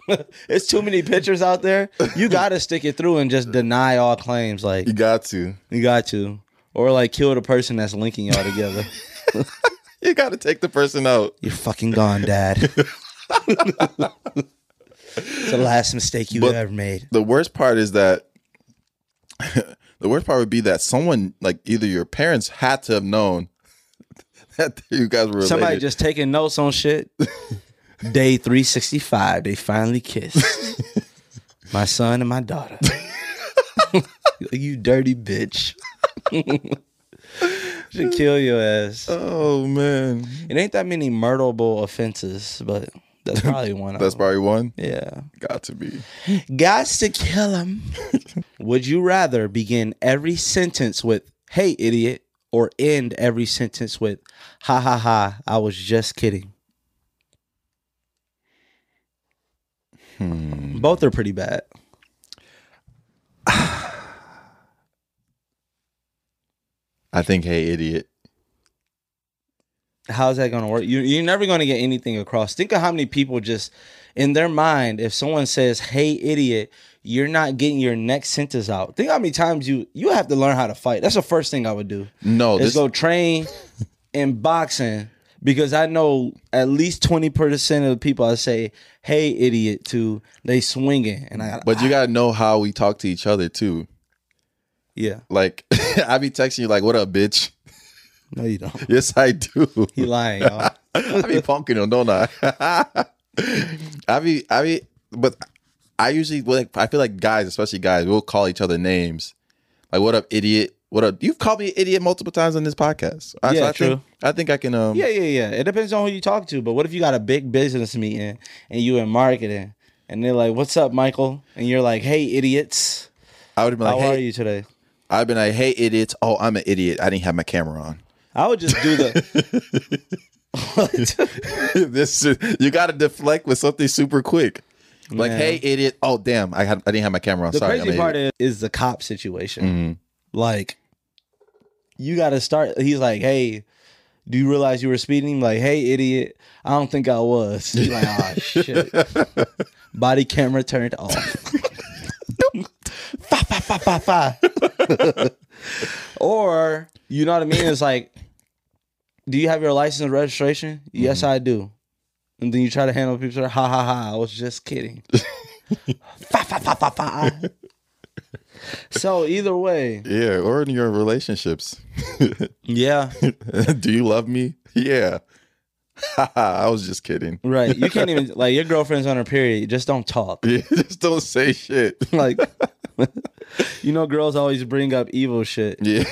B: [laughs] it's too many pictures out there. You gotta stick it through and just deny all claims. Like
C: You got to.
B: you got to. Or like kill the person that's linking y'all together.
C: You got to take the person out.
B: You're fucking
C: [laughs]
B: gone, Dad. it's the last mistake you
C: But-
B: ever made.
C: The worst part is that. [laughs] the worst part would be that someone, like either your parents, had to have known [laughs] that you guys were related.
B: Somebody just taking notes on shit.
C: [laughs]
B: Day 365, they finally kissed.
C: [laughs]
B: my son and my daughter. you dirty bitch. Should kill your ass.
C: Oh man,
B: It ain't that many murderable offenses, but
C: [laughs]
B: that's probably one of
C: that's
B: them.
C: probably one.
B: Yeah.
C: Got to be.
B: Gots to kill him. Would you rather begin every sentence with, hey, idiot, or end every sentence with, ha ha ha, I was just kidding? Both are pretty bad.
C: I think, hey, idiot.
B: How's that going to work? You, you're never going to get anything across. Think of how many people just, in their mind, if someone says, hey, idiot, you're not getting your next sentence out. Think how many times you you have to learn how to fight. That's the first thing I would do.
C: No,
B: Let's
C: Oh, this
B: go train in boxing because I know at least twenty percent of the people I say "Hey, idiot" to they swinging, and I
C: But you gotta know how we talk to each other too.
B: yeah,
C: Like [laughs] I be texting you like, "What up, bitch?" [laughs]
B: no, you don't.
C: Yes, I do. [laughs]
B: He lying, y'all.
C: I be punking him, don't I? [laughs] I be, I be, but I usually like. I feel like guys, especially guys, we'll call each other names. Like, "What up, idiot?" "What up?" You've called me an idiot multiple times on this podcast. I-
B: Yeah,
C: I Think,
B: true.
C: I think I can. Um,
B: Yeah, yeah, yeah. It depends on who you talk to, but what if you got a big business meeting and you in marketing, and they're like, "What's up, Michael?" and you're like, "Hey, idiots,
C: I would have been
B: how
C: like,
B: are
C: "Hey,"
B: you today?"
C: I've been like, "Hey, idiots!" Oh, I'm an idiot. I didn't have my camera on.
B: I would just do the.
C: [laughs]
B: [laughs]
C: this is- you got to deflect with something super quick. Like,
B: Yeah.
C: hey, idiot! Oh, damn! I had I didn't have my camera on.
B: The
C: Sorry, I'm
B: crazy
C: an
B: part
C: idiot.
B: is, is the cop situation.
C: Mhm.
B: Like, you got to start. He's like, hey, do you realize you were speeding? Like, hey, idiot, I don't think I was. You're like, [laughs] oh, shit. Body camera turned off. [laughs] fa, fa, fa, fa, fa. [laughs] or, you know what I mean? It's like, do you have your license and registration? Yes, I do. And then you try to handle people, ha ha ha, I was just [laughs] kidding. fa, fa, fa, fa, fa. So either way,
C: Yeah, or in your relationships. [laughs]
B: yeah,
C: Do you love me? Yeah. [laughs] I was just kidding. [laughs]
B: right. You can't even like your girlfriend's on her period. Just don't talk. [laughs]
C: Yeah, just don't say shit. [laughs]
B: Like, [laughs] you know, girls always bring up evil shit.
C: Yeah.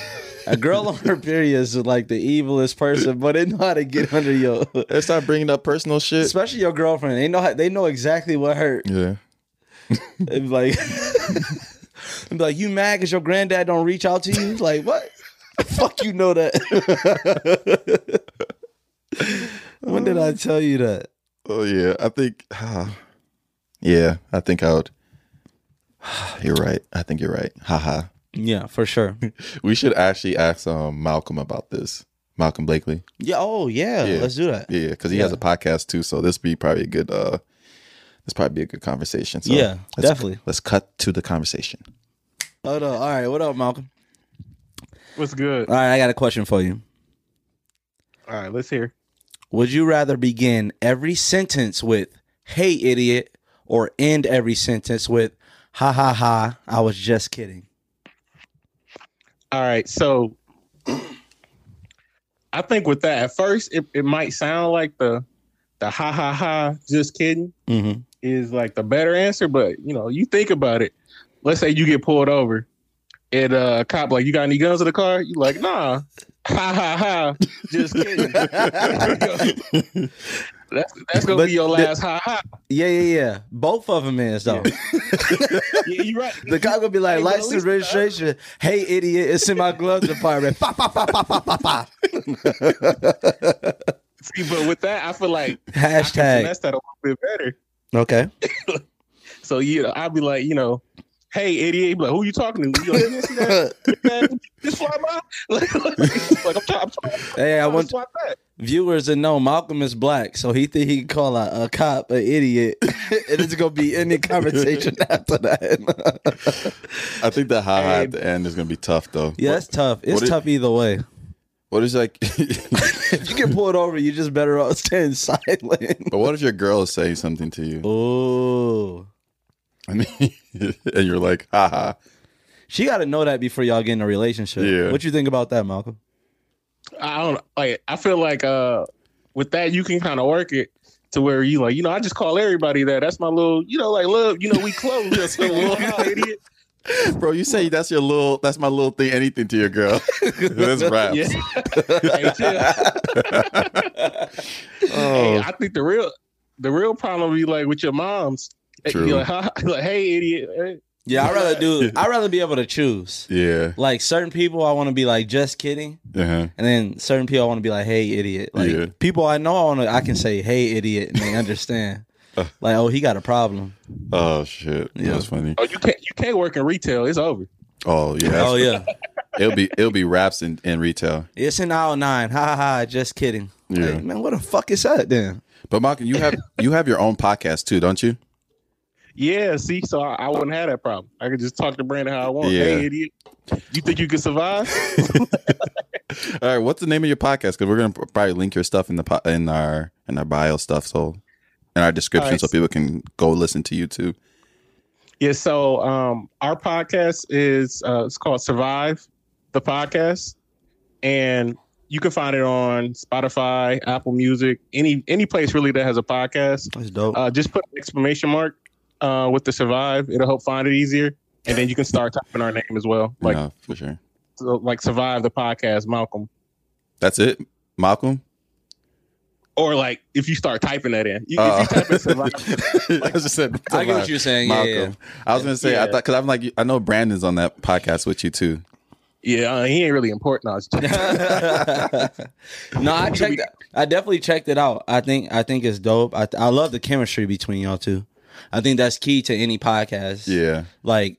B: A girl on her period is like the evilest person, but they know how to get under your,
C: Let's not bringing up personal shit.
B: especially your girlfriend. They know how, they know exactly what hurt.
C: Yeah. [laughs]
B: It'd be like, [laughs] it'd be like you mad because your granddad don't reach out to you? Like what? Fuck you know that. [laughs] when did I tell you that?
C: Oh yeah. I think [sighs] ah. Yeah, I think I would [sighs] You're right. I think you're right. Haha.
B: Yeah, for sure.
C: We should actually ask um Malcolm about this. Malcolm Blakely.
B: Yeah. Oh yeah.
C: Yeah.
B: Let's do that.
C: Yeah, because he has a podcast too, so this be probably a good uh this probably be a good conversation. So
B: Yeah,
C: let's-
B: definitely.
C: Let's cut to the conversation.
B: Hold up. All right. What up, Malcolm?
D: What's good?
B: All right. I got a question for you.
D: All right, let's hear.
B: Would you rather begin every sentence with "Hey, idiot" or end every sentence with "ha ha ha." I was just kidding.
D: All right, so I think with that, at first it, it might sound like the the ha ha ha, just kidding,
B: Mm-hmm.
D: is like the better answer, but you know, you think about it. Let's say you get pulled over and uh cop like you got any guns in the car? You like, nah. [laughs] Ha ha ha. Just kidding. that's that's gonna
B: But
D: be your
B: the-
D: last ha ha.
B: [laughs] Yeah, yeah, yeah. Both of them is though.
D: Yeah, you right.
B: The cop gonna be like,
D: Hey, but at
B: license
D: least the other-
B: registration. Hey, idiot, it's in my
C: [laughs]
B: glove department. Pa, pa, pa, pa, pa, pa, pa.
D: See, but with that, I feel like I can
B: Hashtag.
D: finesse that a little bit better.
B: Okay.
D: So you know, I'd be like, you know, hey idiot, He'd be like, who you talking to? You like, this, and that, [laughs] that, this fly by? [laughs] Like, like, I'm trying, I'm trying,
B: Hey, I
D: I'm trying to
B: want
D: swat that.
B: viewers to know Malcolm is black, so he think he can call a, a cop an idiot, [laughs] and it's gonna be any conversation [laughs] after that.
C: I think the ha ha
D: Hey.
C: at the end is gonna be tough though.
B: yeah, it's tough. It's
C: what is-
B: tough either way.
C: What is like? [laughs]
B: If you get pulled over, you just better off staying silent.
C: but what if your girl is saying something to you?
B: Oh,
C: I mean, [laughs] and you're like, ha ha.
B: she got to know that before y'all get in a relationship.
C: Yeah.
B: What you think about that, [laughs] Malcolm?
D: I don't like I feel like uh with that you can kind of work it to where you like, you know, I just call everybody that. That's my little, you know, like love, you know, we close. [laughs] That's a little high, [laughs] idiot.
C: Bro, you say that's your little, that's my little thing, anything to your girl. [laughs] that's raps.
D: Yeah. Hey, chill. Hey,
C: [laughs] Oh,
D: I think the real the real problem be like with your moms.
C: True.
D: You're like, [laughs] huh? like, hey, idiot. Hey.
B: Yeah, I rather do. I rather be able to choose.
C: yeah.
B: Like certain people, I want to be like just kidding.
C: Uh-huh.
B: And then certain people I want to be like, "Hey, idiot!" Like
C: Yeah.
B: people I know, I want to I can say, "Hey, idiot," and they understand.
C: Uh.
B: like, oh, he got a problem.
C: Oh shit, yeah.
B: Yeah.
C: that's funny.
D: Oh, you can't you can't work in retail. It's over.
C: Oh yeah,
B: oh
C: that's-
B: yeah,
C: it'll be it'll be raps in, in retail.
B: it's an aisle nine. Ha ha ha! Just kidding. Like,
C: Yeah.
B: man, what the fuck is that then?
C: But Malcolm, you have you have your own podcast too, don't
B: [laughs]
C: you?
D: Yeah, see, so I, I wouldn't have that problem. I could just talk to Brandon how I want.
C: Yeah.
D: Hey, idiot. You think you could survive?
C: All right, what's the name of your podcast? Because we're gonna probably link your stuff in the po- in our in our bio stuff, so in our description,
D: right.
C: so people can go listen to you too.
D: yeah, so um our podcast is uh it's called Survive the Podcast. And you can find it on Spotify, Apple Music, any any place really that has a podcast.
B: That's dope.
D: Uh, just put an exclamation mark uh, with the survive. It'll help find it easier, and then you can start typing our name as well. Like
C: yeah, for sure.
D: so, like survive the podcast, Malcolm.
C: That's it, Malcolm.
D: Or like if you start typing that in, you,
C: Uh,
D: if you type in survive,
C: [laughs] I just said
B: I get what you're saying. Yeah,
C: Malcolm.
B: yeah, yeah.
C: I was gonna say I
D: Yeah.
C: thought because I'm like I know Brandon's on that podcast with you too.
D: yeah, uh, he ain't really important. I
B: [laughs]
D: was just-
B: no, I checked. I definitely checked it out. I think I think it's dope. I I love the chemistry between y'all two. I think that's key to any podcast.
C: Yeah,
B: like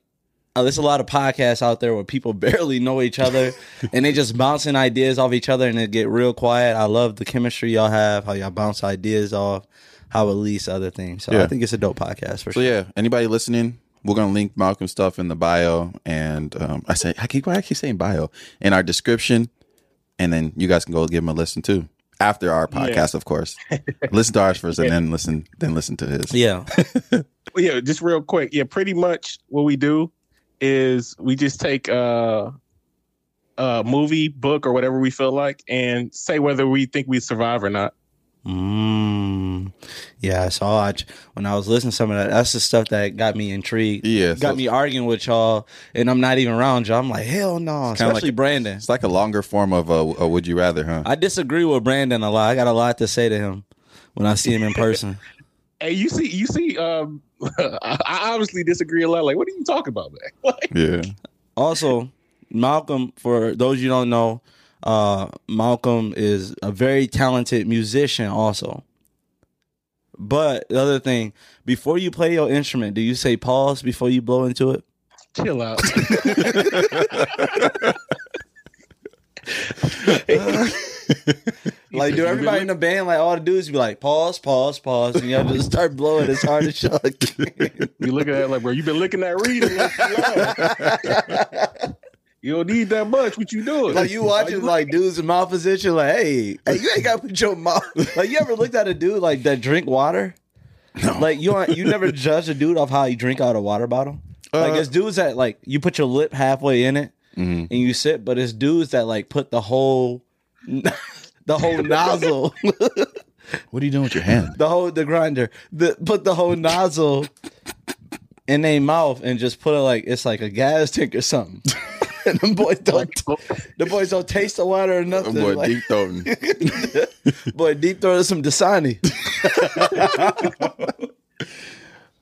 B: uh, there's a lot of podcasts out there where people [laughs] barely know each other and they just bouncing ideas off each other and it get real quiet. I love the chemistry y'all have, how y'all bounce ideas off, how it leads to other things. So
C: Yeah.
B: I think it's a dope podcast for
C: So
B: sure.
C: yeah, anybody listening, we're gonna link Malcolm's stuff in the bio, and um, I say I keep why I keep saying bio in our description, and then you guys can go give him a listen too after our podcast, of
B: [laughs]
C: course. listen to ours first, and then listen, then listen to his.
B: Yeah.
D: Well, yeah, just real quick. Yeah, pretty much what we do is we just take uh, a movie, book, or whatever we feel like, and say whether we think we survive or not.
B: Mm. Yeah. So I, when I was listening to some of that, that's the stuff that got me intrigued.
C: Yeah, so
B: Got me arguing with y'all, and I'm not even around y'all. I'm like, hell no,
C: kinda like-
B: especially Brandon.
C: It's like a longer form of a, a would you rather, huh?
B: I disagree with Brandon a lot. I got a lot to say to him when I see him in
C: [laughs]
B: person.
D: Hey, you see, you see, um, [laughs] I I obviously disagree a lot. Like, what are you talking about, man?
C: yeah,
B: [laughs]
C: [laughs]
B: also, Malcolm, for those you don't know, uh, Malcolm is a very talented musician also. But the other thing, before you play your instrument, do you say pause before you blow into it?
D: Chill out.
B: [laughs] Like,
C: [laughs]
B: do everybody in the band, like all the dudes, be like pause, pause, pause, and y'all just start blowing as hard [laughs] as y'all can.
D: You look at that like, bro, you been looking at reading.
B: [laughs]
D: Like, you don't need that much. What you doing?
B: Like you watching like dudes in my position, like hey, hey, you ain't got to put your mouth. Like you ever looked at a dude like that drink water,
C: No.
B: Like you aren't- you never judge a dude off how he drink out a water bottle. like
C: Uh,
B: it's dudes that like you put your lip halfway in it
C: Mhm.
B: and you sip, but it's dudes that like put the whole [laughs] the whole nozzle,
C: What are you doing with your hand?
B: [laughs] the whole the grinder, the put the whole nozzle in their mouth and just put it like it's like a gas tank or something. [laughs] and the boys don't the boys don't taste the water or nothing.
C: boy,
B: [laughs] Like,
C: deep throating.
B: boy deep throated some Dasani.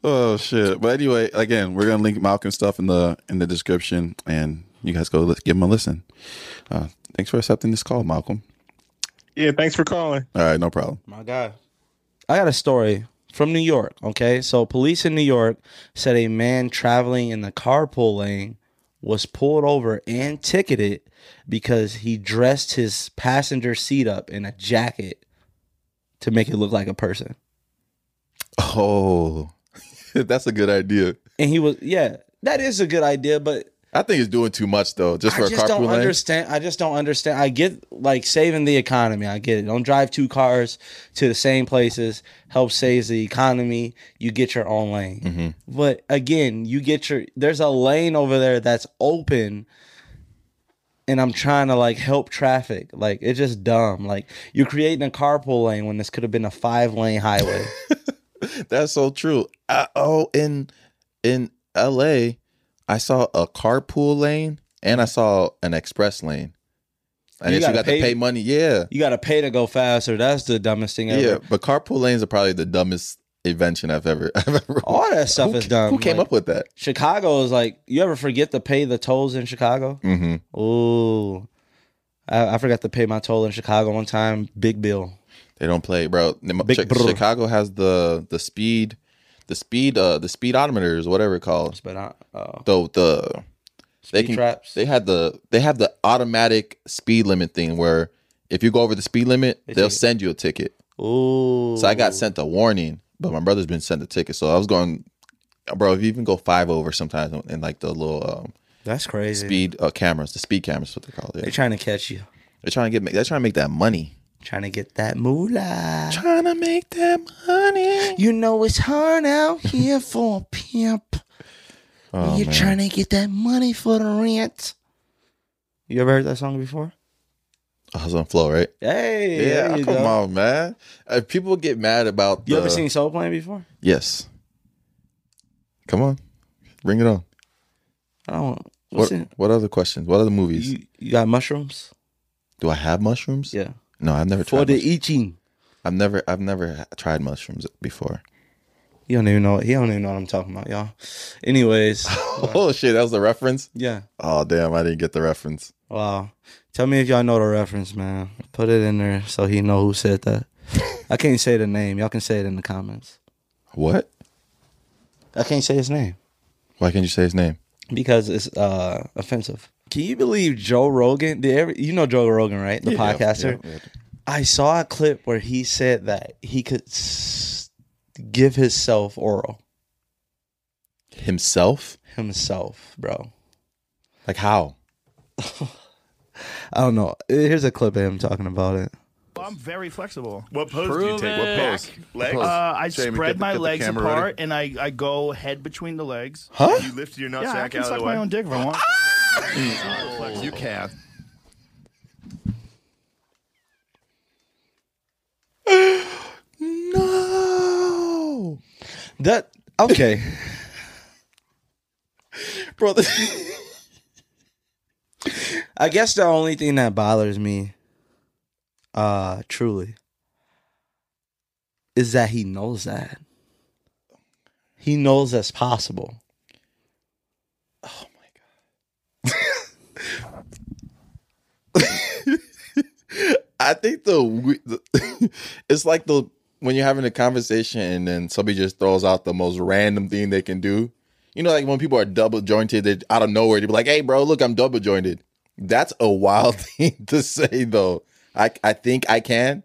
C: Oh shit! But anyway, again, we're gonna link Malcolm stuff in the in the description, and you guys go li- give him a listen. Uh, thanks for accepting this call, Malcolm.
D: Yeah, thanks for calling.
C: All right, no problem.
B: My God. I got a story from New York. Okay. So, police in New York said a man traveling in the carpool lane was pulled over and ticketed because he dressed his passenger seat up in a jacket to make it look like a person.
C: Oh, [laughs] that's a good idea.
B: And he was, yeah, that is a good idea, but
C: I think it's doing too much though, just for
B: I
C: a
B: just
C: carpool
B: don't
C: lane.
B: understand. I just don't understand. I get like saving the economy. I get it. Don't drive two cars to the same places. Help saves the economy. You get your own lane.
C: Mm.
A: Mhm.
B: But again, you get your there's a lane over there that's open. And I'm trying to like help traffic. Like it's just dumb. Like you're creating a carpool lane when this could have been a five lane
C: [laughs]
B: highway.
C: That's so true. I, oh, in in L.A., I saw a carpool lane and I saw an express lane. And you, you
B: You gotta
C: got
B: pay-
C: to pay money. Yeah,
B: you got to pay to go faster. That's the dumbest thing ever.
C: yeah. But carpool lanes are probably the dumbest invention I've ever. [laughs] I've ever
B: All that stuff
C: who,
B: is dumb.
C: Who came
B: Like,
C: up with that?
B: Chicago is like you ever forget to pay the tolls in Chicago?
C: Mm-hmm.
B: Ooh. I, I forgot to pay my toll in Chicago one time. Big bill.
C: They don't play, bro. Them-
B: Big
C: Chi-
B: brr.
C: Chicago has the the speed, the speed, uh, the speedometers, whatever it calls.
B: But I, uh,
C: The the they
B: speed
C: can
B: traps.
C: they had the they have the automatic speed limit thing where if you go over the speed limit,
B: They
C: they will
B: take it.
C: send you a ticket.
B: Ooh.
C: So I got sent a warning, but my brother's been sent a ticket. So I was going, bro. If you even go five over sometimes in like the little um,
B: That's crazy.
C: speed uh, cameras, the speed cameras, what they call it.
B: They're trying to catch you.
C: They're trying to get they're trying to make that money.
B: Trying to get that moolah.
C: Trying to make that money.
B: You know it's hard out here for a pimp.
C: [laughs] Oh,
B: You're
C: man.
B: trying to get that money for the rent. You ever heard that song before?
C: I was on flow, right?
B: Hey.
C: Yeah,
B: there you
C: come
B: go.
C: on, man. Uh, people get mad about the,
B: You ever seen Soul Plane before?
C: Yes. Come on, bring it on.
B: I don't. What's
C: What,
B: in it?
C: what other questions? What other movies?
B: You, you got mushrooms?
C: Do I have mushrooms?
B: Yeah.
C: No, I've never
B: For
C: tried.
B: the E
C: Mushrooms.
B: eating.
C: I've never, I've never ha- tried mushrooms
B: [laughs]
C: before.
B: You don't even know. He don't even know what I'm talking about, y'all. Anyways,
C: oh shit, that was the reference.
B: yeah.
C: Oh damn, I didn't get the reference.
B: Wow. Tell me if y'all know the reference, man. Put it in there so he know who said that. I can't say the name. Y'all can say it in the comments.
C: What?
B: I can't say his name
C: Why can't you say his name?
B: because it's uh offensive. Can you believe Joe Rogan? Did every, you know Joe Rogan, right? The
C: Yeah,
B: podcaster.
C: yeah, yeah.
B: I saw a clip where he said that he could s- give himself oral
C: Himself?
B: himself, bro.
C: Like how?
B: I don't know. Here's a clip of him talking about it.
E: Well, I'm very flexible.
F: What pose
G: Prove
F: do you take?
G: it.
F: Back? Legs?
G: What pose?
E: Uh, I
G: Jamie,
E: spread
G: get the-
E: my
G: get the
E: legs
G: camera
E: apart
G: ready.
E: and I, I go head between the legs.
F: You lift your nutsack
E: yeah, I
F: out
E: can
F: of
E: suck
F: the
E: my
F: way.
E: own dick if I want.
G: You can.
C: No,
B: That okay.
C: bro. [laughs]
B: I guess the only thing that bothers me, uh, truly, is that he knows that. He knows that's possible.
C: I think the, we- the [laughs] it's like the when you're having a conversation and then somebody just throws out the most random thing they can do. You know, like when people are double jointed, they out of nowhere they be like, "Hey, bro, look, I'm double jointed." That's a wild [laughs] thing to say, though. I I think I can.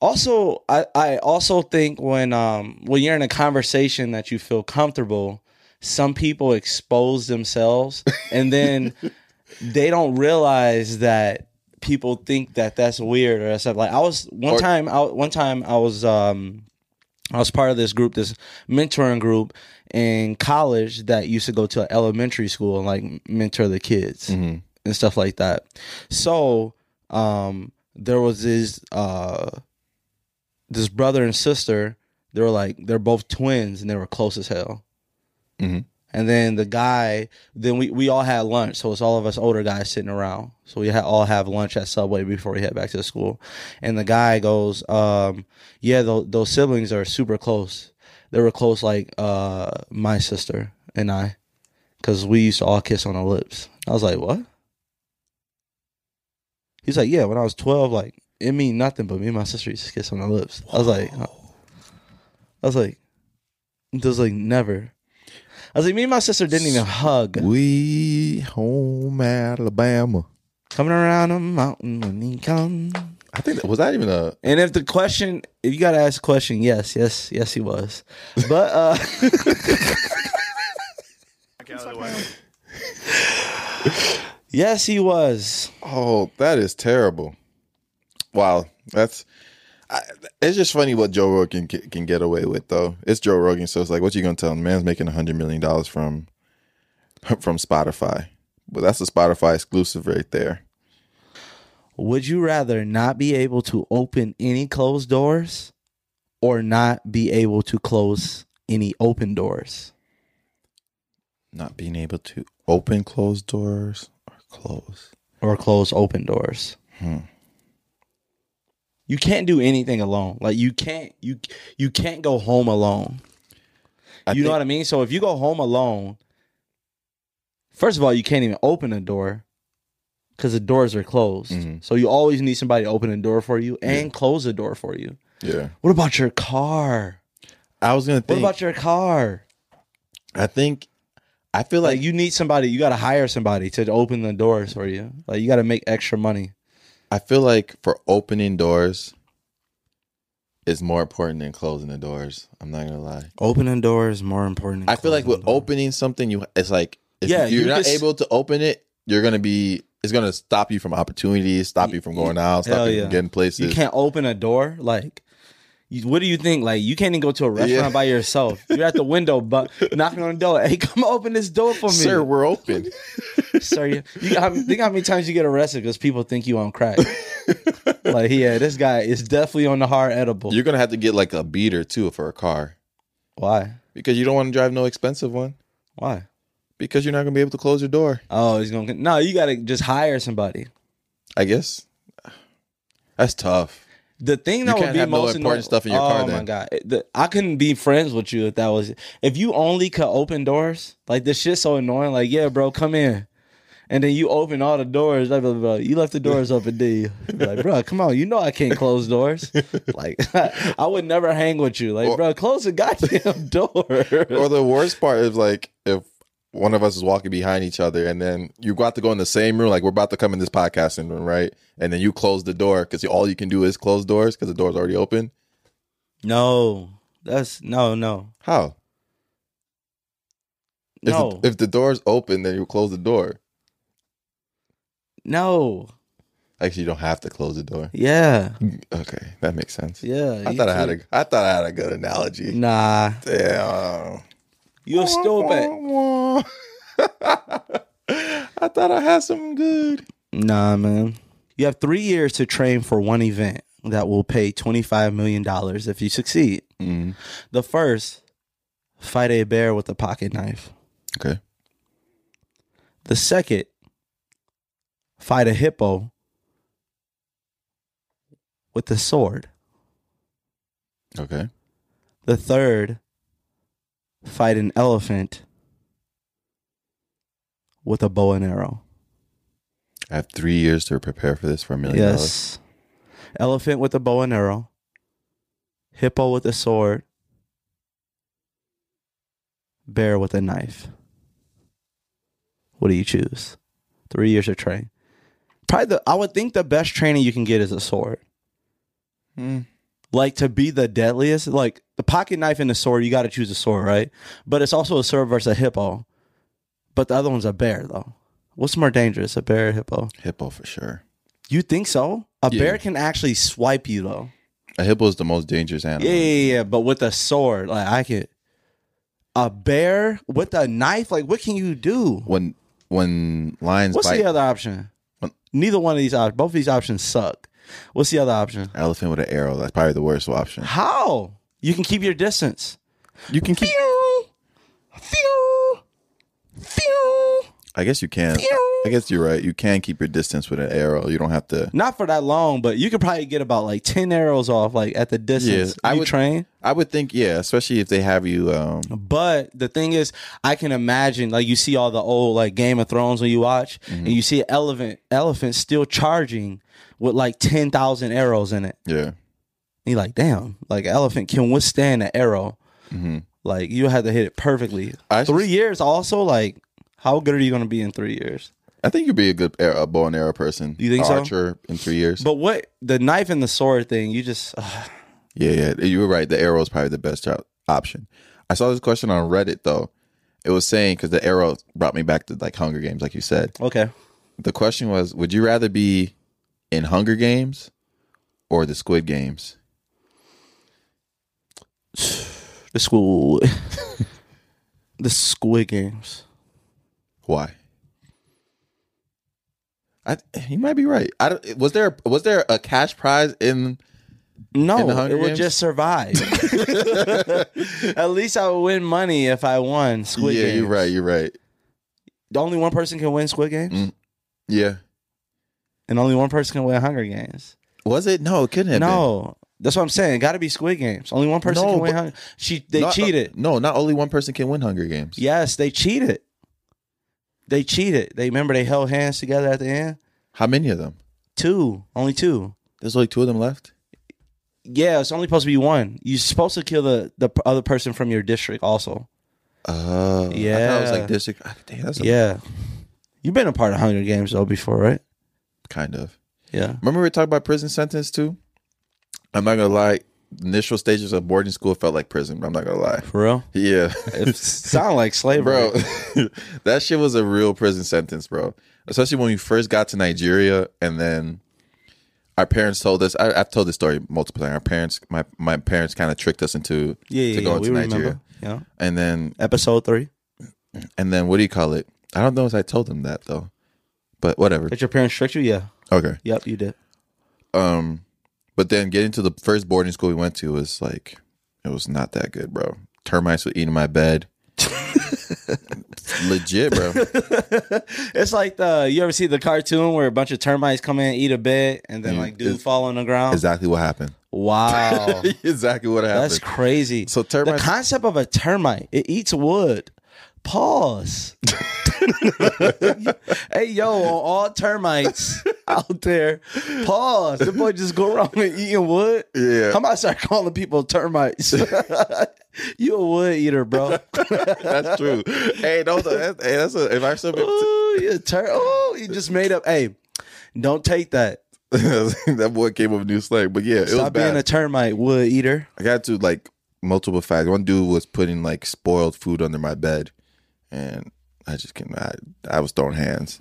B: Also, I, I also think when um when you're in a conversation that you feel comfortable, some people expose themselves and then they don't realize that people think that that's weird or stuff. Like I was one
C: Or-
B: time, I, one time I was um I was part of this group, this mentoring group in college that used to go to an elementary school and like mentor the kids
C: Mm-hmm.
B: and stuff like that. So um, there was this uh, this brother and sister. They were like they're both twins and they were close as hell.
A: Mhm.
B: And then the guy, then we we all had lunch, so it's all of us older guys sitting around. So we had, all have lunch at Subway before we head back to the school. And the guy goes, um, "Yeah, tho- those siblings are super close. They were close like uh, my sister and I, because we used to all kiss on the lips." I was like, "What?" He's like, yeah, when I was 12, like, it mean nothing, but me and my sister used to kiss on the lips. I was like, I was like, just like never. I was like, me and my sister didn't even hug.
C: We home Alabama.
B: Coming around a mountain when he come.
C: I think that was that even a
B: And if the question, if you got to ask the question, yes, yes, yes, he was. But, uh, [laughs]
E: Back out of the way.
B: yes, he was.
C: Oh, that is terrible. Wow, that's I, it's just funny what Joe Rogan can, can get away with though. It's Joe Rogan, so it's like, what you gonna tell him? Man's making a hundred million dollars from [laughs] from Spotify, but that's a Spotify exclusive right there.
B: Would you rather not be able to open any closed doors or not be able to close any open doors?
C: Not being able to open closed doors or close.
B: or close open doors.
C: Hmm.
B: You can't do anything alone. Like you can't you you can't go home alone.
C: I
B: you know
C: think-
B: what I mean? So if you go home alone, first of all, you can't even open a door because the doors are closed.
C: Mhm.
B: So you always need somebody to open a door for you and close the door for you.
C: Yeah,
B: What about your car?
C: I was gonna
B: What
C: think.
B: about your car?
C: I think I feel
B: Like
C: like
B: you need somebody, you got to hire somebody to open the doors for you. Like you got to make extra money.
C: I feel like for opening doors is more important than closing the doors. I'm not gonna lie.
B: Opening doors is more important. than
C: I feel like with
B: closing the door.
C: opening something, you it's like if
B: Yeah,
C: you're
B: you
C: not
B: just-
C: able to open it, you're gonna be it's gonna stop you from opportunities, stop you from going out, stop
B: Hell
C: you
B: yeah.
C: from getting
B: You
C: places.
B: can't open a door. Like, you, what do you think? Like, you can't even go to a restaurant
C: Yeah.
B: by yourself. You're at the
C: [laughs]
B: window, but knocking on the door. Hey, come open this door for me,
C: Sir, we're open.
B: Sir, you, you how- think how many times you get arrested because people think you
C: [laughs]
B: on crack? like, yeah, this guy is definitely on the hard edible.
C: you're gonna have to get like a beater too for a car
B: Why?
C: because you don't want to drive no expensive one
B: Why?
C: because you're not gonna be able to close your door.
B: Oh, he's gonna. No, you gotta just hire somebody.
C: I guess that's tough.
B: The thing
C: You
B: that would
C: can't
B: be
C: have no
B: most
C: important
B: annoying-
C: stuff in your
B: oh,
C: car
B: my
C: then.
B: god, It- the- I couldn't be friends with you if that was if you only could open doors. Like this shit's so annoying. Like yeah, bro, come in, and then you open all the doors. Like, blah, blah, blah. You left the doors open, did you? Be Like bro, come on, you know I can't close
C: [laughs]
B: doors. Like [laughs] I would never hang with you. Like
C: Or-
B: bro, close the goddamn [laughs] door.
C: Or the worst part is like if one of us is walking behind each other and then you got to go in the same room, like we're about to come in this podcasting room, right? And then you close the door because all you can do is close doors because the door's already open.
B: no, that's no, no,
C: How? If,
B: no,
C: the, if the door's open, then you close the door.
B: no.
C: Actually, you don't have to close the door.
B: Yeah,
C: Okay, that makes sense.
B: yeah.
C: I
B: you
C: thought I had
B: could-
C: a, I thought I had a good analogy.
B: Nah,
C: Damn.
B: you're stupid.
C: [laughs] I thought I had something good.
B: Nah, man. You have three years to train for one event that will pay $25 million if you succeed.
C: Mm.
B: The first, fight a bear with a pocket knife.
C: Okay.
B: The second, fight a hippo with a sword.
C: Okay.
B: The third, fight an elephant with a bow and arrow.
C: I have three years to prepare for this for a million dollars.
B: Yes. Elephant with a bow and arrow. Hippo with a sword. Bear with a knife. What do you choose? Three years of training. Probably the I would think the best training you can get is a sword. Hmm. Like to be the deadliest, like the pocket knife and the sword, you got to choose a sword, right? But it's also a sword versus a hippo. But the other one's a bear, though. What's more dangerous, a bear or a hippo?
C: Hippo for sure.
B: You think so? A
C: Yeah.
B: bear can actually swipe you though.
C: A hippo is the most dangerous animal.
B: Yeah, yeah, yeah. But with a sword, like I could. A bear with a knife, like what can you do?
C: When when lions
B: What's
C: bite,
B: the other option?
C: What?
B: Neither one of these options. Both of these options suck. What's the other option?
C: elephant with an arrow, that's probably the worst option.
B: How you can keep your distance?
C: You can keep.
B: Pew! Pew! Pew!
C: I guess you can. I guess you're right. You can keep your distance with an arrow. You don't have to.
B: Not for that long, but you could probably get about like ten arrows off, like at the distance.
C: Yeah, I
B: I you
C: would-
B: train.
C: I would think, yeah, especially if they have you. Um,
B: But the thing is, I can imagine like you see all the old like Game of Thrones when you watch, and you see an elephant elephant still charging with like ten thousand arrows in it.
C: yeah,
B: And you're like, damn, like an elephant can withstand an arrow.
C: Mhm.
B: Like you had to hit it perfectly.
C: I
B: Mm-hmm. Three years also, like how good are you gonna be in three years?
C: I think you'd be a good arrow, a bow and arrow person.
B: You think so?
C: Archer in three years.
B: But what the knife and the sword thing, you just [sighs] ugh.
C: Yeah, yeah, you were right. The arrow is probably the best op- option. I saw this question on Reddit though. It was saying because the arrow brought me back to like Hunger Games, like you said.
B: okay.
C: The question was, would you rather be in Hunger Games or the Squid Games?
B: The school The Squid Games.
C: Why? I you might be right. I don't, was there was there a cash prize in? In
B: No,
C: the Hunger
B: it would
C: Games? [laughs]
B: just survive. At least I would win money if I won Squid
C: yeah,
B: Games.
C: you're right. You're right.
B: Only one person can win Squid Games,
C: Mm. Yeah.
B: and only one person can win Hunger Games.
C: Was it? No, it couldn't have been.
B: no, that's what I'm saying. Got to be Squid Games. Only one person
C: No,
B: can win.
C: but-
B: Hunger. She they
C: Not- uh,
B: cheated.
C: No, not only one person can win Hunger Games.
B: Yes, they cheated. They cheated. They remember they held hands together at the end.
C: How many of them?
B: Two, only two.
C: There's only two of them left.
B: Yeah, it's only supposed to be one. You're supposed to kill the the p- other person from your district. Also,
C: Oh, I thought it was
B: Yeah.
C: like district. ah, Damn, that's a-
B: yeah. You've been a part of Hunger Games though before, right?
C: kind of.
B: Yeah.
C: Remember we were talking about prison sentence too. I'm not gonna lie. Initial stages of boarding school felt like prison. but I'm not gonna lie. [laughs]
B: For real?
C: Yeah,
B: [laughs] It sound like slavery.
C: bro, [laughs] that shit was a real prison sentence, bro. Especially when we first got to Nigeria, and then our parents told us. I, I've told this story multiple times. Our parents, my my parents, kind of tricked us into
B: Yeah, yeah,
C: to go
B: yeah.
C: into
B: We
C: Nigeria,
B: remember. Yeah.
C: and then
B: Episode three.
C: and then what do you call it? I don't know if I told them that though, but whatever.
B: Did your parents trick you? Yeah.
C: Okay.
B: Yep, you did.
C: Um, but then getting to the first boarding school we went to was like, it was not that good, bro. Termites would eat in my
B: [laughs]
C: bed. Legit, bro.
B: [laughs] It's like the you ever see the cartoon where a bunch of termites come in, eat a bed, and then
C: Mm,
B: like dude
C: it's-
B: fall on the ground.
C: Exactly what happened.
B: [laughs] wow.
C: [laughs] exactly what happened.
B: Oh. That's crazy.
C: so
B: the
C: termites.
B: concept of a termite, it eats wood. Pause. [laughs] hey yo, on all [laughs] termites out there, pause. The boy just go wrong with eating wood.
C: yeah,
B: I'm about to start calling people termites. you a wood
C: [laughs]
B: eater, bro.
C: [laughs] that's true. hey, don't. That's, hey, that's a, if I said
B: Ooh, you a ter- Ooh, you just made up. Hey, don't take that.
C: [laughs] that boy came up with a new slang, but yeah, it was
B: Stop
C: bad.
B: being a termite wood eater.
C: I got to like multiple facts. One dude was putting like spoiled food under my bed, and I just couldn't. I, I was throwing hands.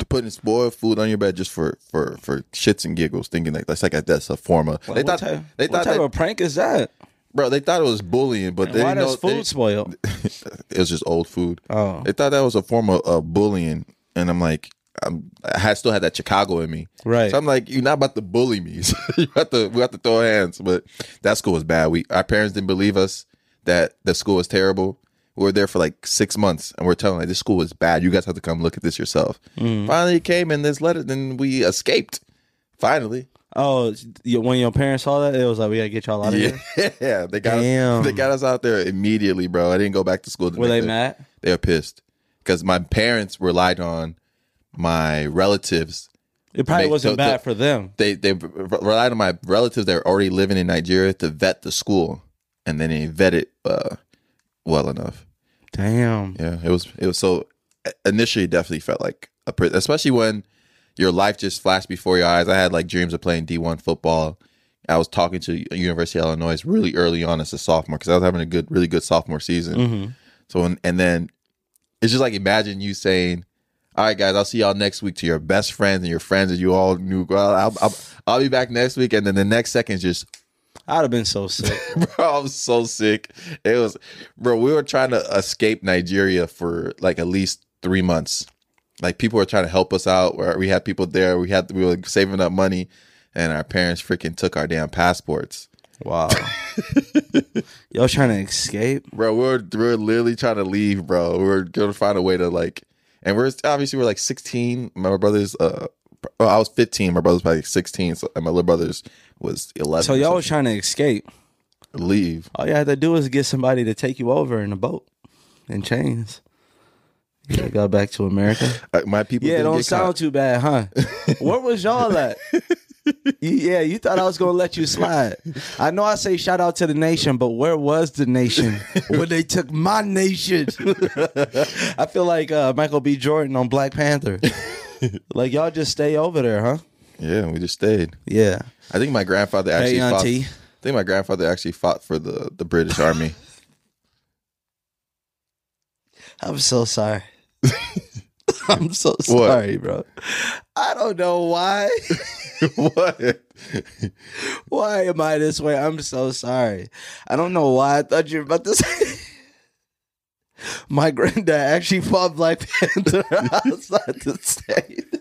C: To putting spoiled food on your bed just for for for shits and giggles, thinking like that's like a, that's a form of they
B: What
C: thought
B: type-
C: they
B: what
C: thought
B: type
C: that,
B: of prank is that?
C: bro they thought it was bullying, but they
B: Why
C: didn't know
B: does food spoil?
C: [laughs] they- it was just old food.
B: Oh,
C: They thought that was a form of, of bullying, and I'm like. I'm, I had- still had that Chicago in me,
B: Right.
C: So I'm like, you're not about to bully me. [laughs] So you have to, we have to throw hands. But that school was bad. We our parents didn't believe us that the school was terrible. We were there for like six months, and we're telling like this school is bad. You guys have to come look at this yourself.
B: Mm.
C: Finally, it came in this letter, then we escaped. Finally,
B: oh! you- When your parents saw that, it was like we gotta get y'all out
C: [laughs]
B: of
C: yeah,
B: here.
C: they got
B: Damn.
C: us, they got us out there immediately, bro. I didn't go back to school. the [laughs]
B: Were they
C: next day.
B: mad?
C: They were pissed because my parents relied on my relatives
B: It probably
C: Make-
B: wasn't
C: the-
B: bad
C: the-
B: for them.
C: they they re- relied on my relatives that were already living in Nigeria to vet the school, and then they vetted uh, well enough.
B: Damn.
C: Yeah, it was it was so initially it definitely felt like a prison, especially when your life just flashed before your eyes. I had like dreams of playing D one football. I was talking to University of Illinois really early on as a sophomore because I was having a good, really good sophomore season.
B: hmm
C: So and, and then it's just like imagine you saying, "All right, guys, I'll see y'all next week." To your best friends and your friends that you all knew, well, I'll, I'll, I'll be back next week, and then the next second, just [laughs]
B: I'd have been so sick.
C: bro, I'm so sick. It was, bro. We were trying to escape Nigeria for like at least three months. Like people were trying to help us out. Where we had people there. We had we were saving up money, and our parents freaking took our damn passports.
B: Wow. Y'all trying to escape?
C: Bro, we were we were literally trying to leave, bro. We were gonna find a way to like, and we're obviously we're like 16. My brother's uh. Well, I was 15. My brother's probably 16, so, and my little brother's was 11.
B: So
C: or
B: y'all was
C: something.
B: trying to escape.
C: leave.
B: All you had to do was get somebody to take you over in a boat in chains. Yeah, got back
C: [laughs]
B: to America.
C: Uh, my people.
B: Yeah,
C: didn't
B: don't
C: get
B: sound
C: caught.
B: too bad, huh?
C: [laughs]
B: Where was y'all at? You- yeah, you thought I was gonna let you slide. I know I say shout out to the nation, but where was
C: [laughs]
B: the nation when they took my nation? I feel like uh, Michael B. Jordan on Black
C: [laughs]
B: Panther. like y'all just stay over there, huh?
C: Yeah, we just stayed.
B: Yeah.
C: I think my grandfather actually
B: Hey,
C: fought.
B: auntie.
C: I think my grandfather actually fought for the, the British Army. [laughs]
B: I'm
C: [laughs]
B: so sorry. I'm so
C: What?
B: sorry, bro. I don't know why. [laughs]
C: what?
B: Why am I this way? I'm so sorry. I don't know why I thought you were about to say. [laughs] My granddad actually fought Black Panther [laughs] outside the state.
C: [laughs]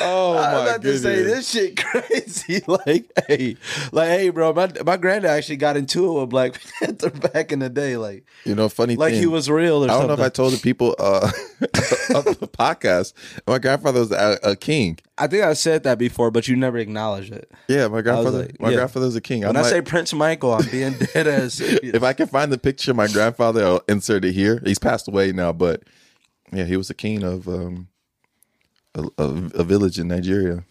C: Oh
B: I'm
C: my
B: about to
C: goodness!
B: say this shit crazy. [laughs] Like, hey, like, hey, bro. My my granddad actually got into it with Black [laughs] Panther back in the day. Like,
C: You know, funny
B: like
C: thing.
B: he was real or
C: I don't know
B: something.
C: if I told the people uh, [laughs] of the podcast. My grandfather was a, a king.
B: I think I said that before, but you never acknowledged it.
C: Yeah, my grandfather.
B: like,
C: my
B: yeah.
C: grandfather was a king.
B: When
C: I'm
B: I say
C: like-
B: Prince Michael, I'm [laughs] being dead ass. serious.
C: if I can find the picture of my grandfather, I'll insert it here. He's passed away now, but yeah, he was the king of um, a, a, a village in Nigeria.